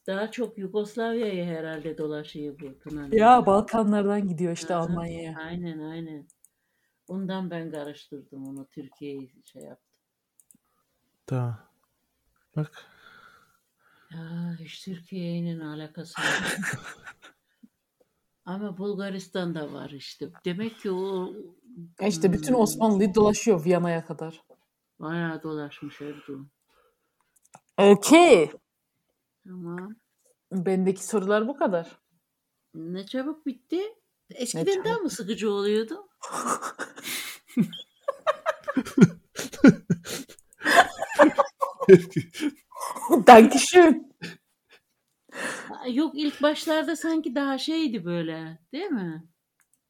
[SPEAKER 2] Daha çok Yugoslavya'ya herhalde dolaşıyor bu Tuna Nehri.
[SPEAKER 1] Ya Balkanlardan gidiyor işte
[SPEAKER 2] Aha.
[SPEAKER 1] Almanya'ya.
[SPEAKER 2] Aynen aynen. Ondan ben karıştırdım onu Türkiye'yi şey yaptım.
[SPEAKER 3] Da. Bak.
[SPEAKER 2] Ya hiç Türkiye'nin alakası yok. Ama Bulgaristan'da var işte. Demek ki o
[SPEAKER 1] Ya İşte bütün
[SPEAKER 2] Hmm.
[SPEAKER 1] Osmanlı'yı dolaşıyor Viyana'ya kadar.
[SPEAKER 2] bayağı dolaşmış Erdoğan.
[SPEAKER 1] Okey.
[SPEAKER 2] Tamam.
[SPEAKER 1] Bendeki sorular bu kadar.
[SPEAKER 2] Ne çabuk bitti. Eskiden
[SPEAKER 1] çabuk
[SPEAKER 2] daha mı sıkıcı oluyordu?
[SPEAKER 1] Dankeschön.
[SPEAKER 2] Ha, Yok ilk başlarda sanki daha şeydi böyle değil mi?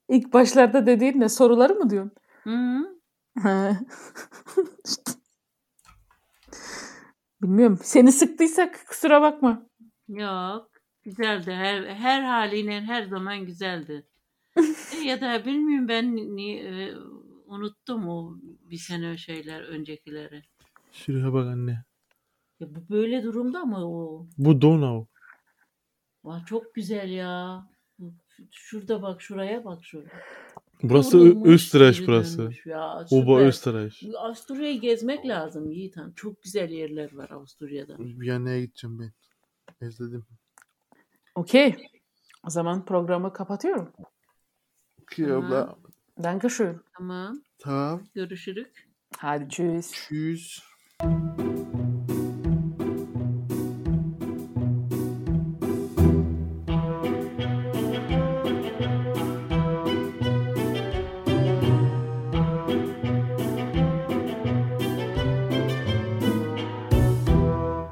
[SPEAKER 1] İlk başlarda dediğin ne? Soruları mı diyorsun?
[SPEAKER 2] Hı.
[SPEAKER 1] Ha. Bilmiyorum. Seni sıktıysak kusura bakma.
[SPEAKER 2] Yok. Güzeldi. Her, her haliyle her zaman güzeldi. E, ya da bilmiyorum ben ni, e, unuttum o bir sene şeyler öncekileri.
[SPEAKER 3] Şuraya bak anne.
[SPEAKER 2] Ya bu böyle durumda mı o?
[SPEAKER 3] Bu Donau.
[SPEAKER 2] Vay çok güzel ya. Şurada bak şuraya bak şuraya.
[SPEAKER 3] Burası
[SPEAKER 2] Yorulmuş,
[SPEAKER 3] Ö- Österreich
[SPEAKER 2] geri
[SPEAKER 3] burası.
[SPEAKER 2] dönmüş Ya,
[SPEAKER 3] Oba
[SPEAKER 2] süper.
[SPEAKER 3] Österreich.
[SPEAKER 2] Avusturya'yı gezmek lazım Yiğit Han. Çok güzel yerler var Avusturya'da.
[SPEAKER 3] Viyana'ya gideceğim ben. Özledim.
[SPEAKER 1] Okey. O zaman programı kapatıyorum.
[SPEAKER 3] Okey abla.
[SPEAKER 1] Dankeschön.
[SPEAKER 2] Tamam.
[SPEAKER 3] Tamam.
[SPEAKER 2] Görüşürük.
[SPEAKER 1] Hadi tschüss.
[SPEAKER 3] Tschüss.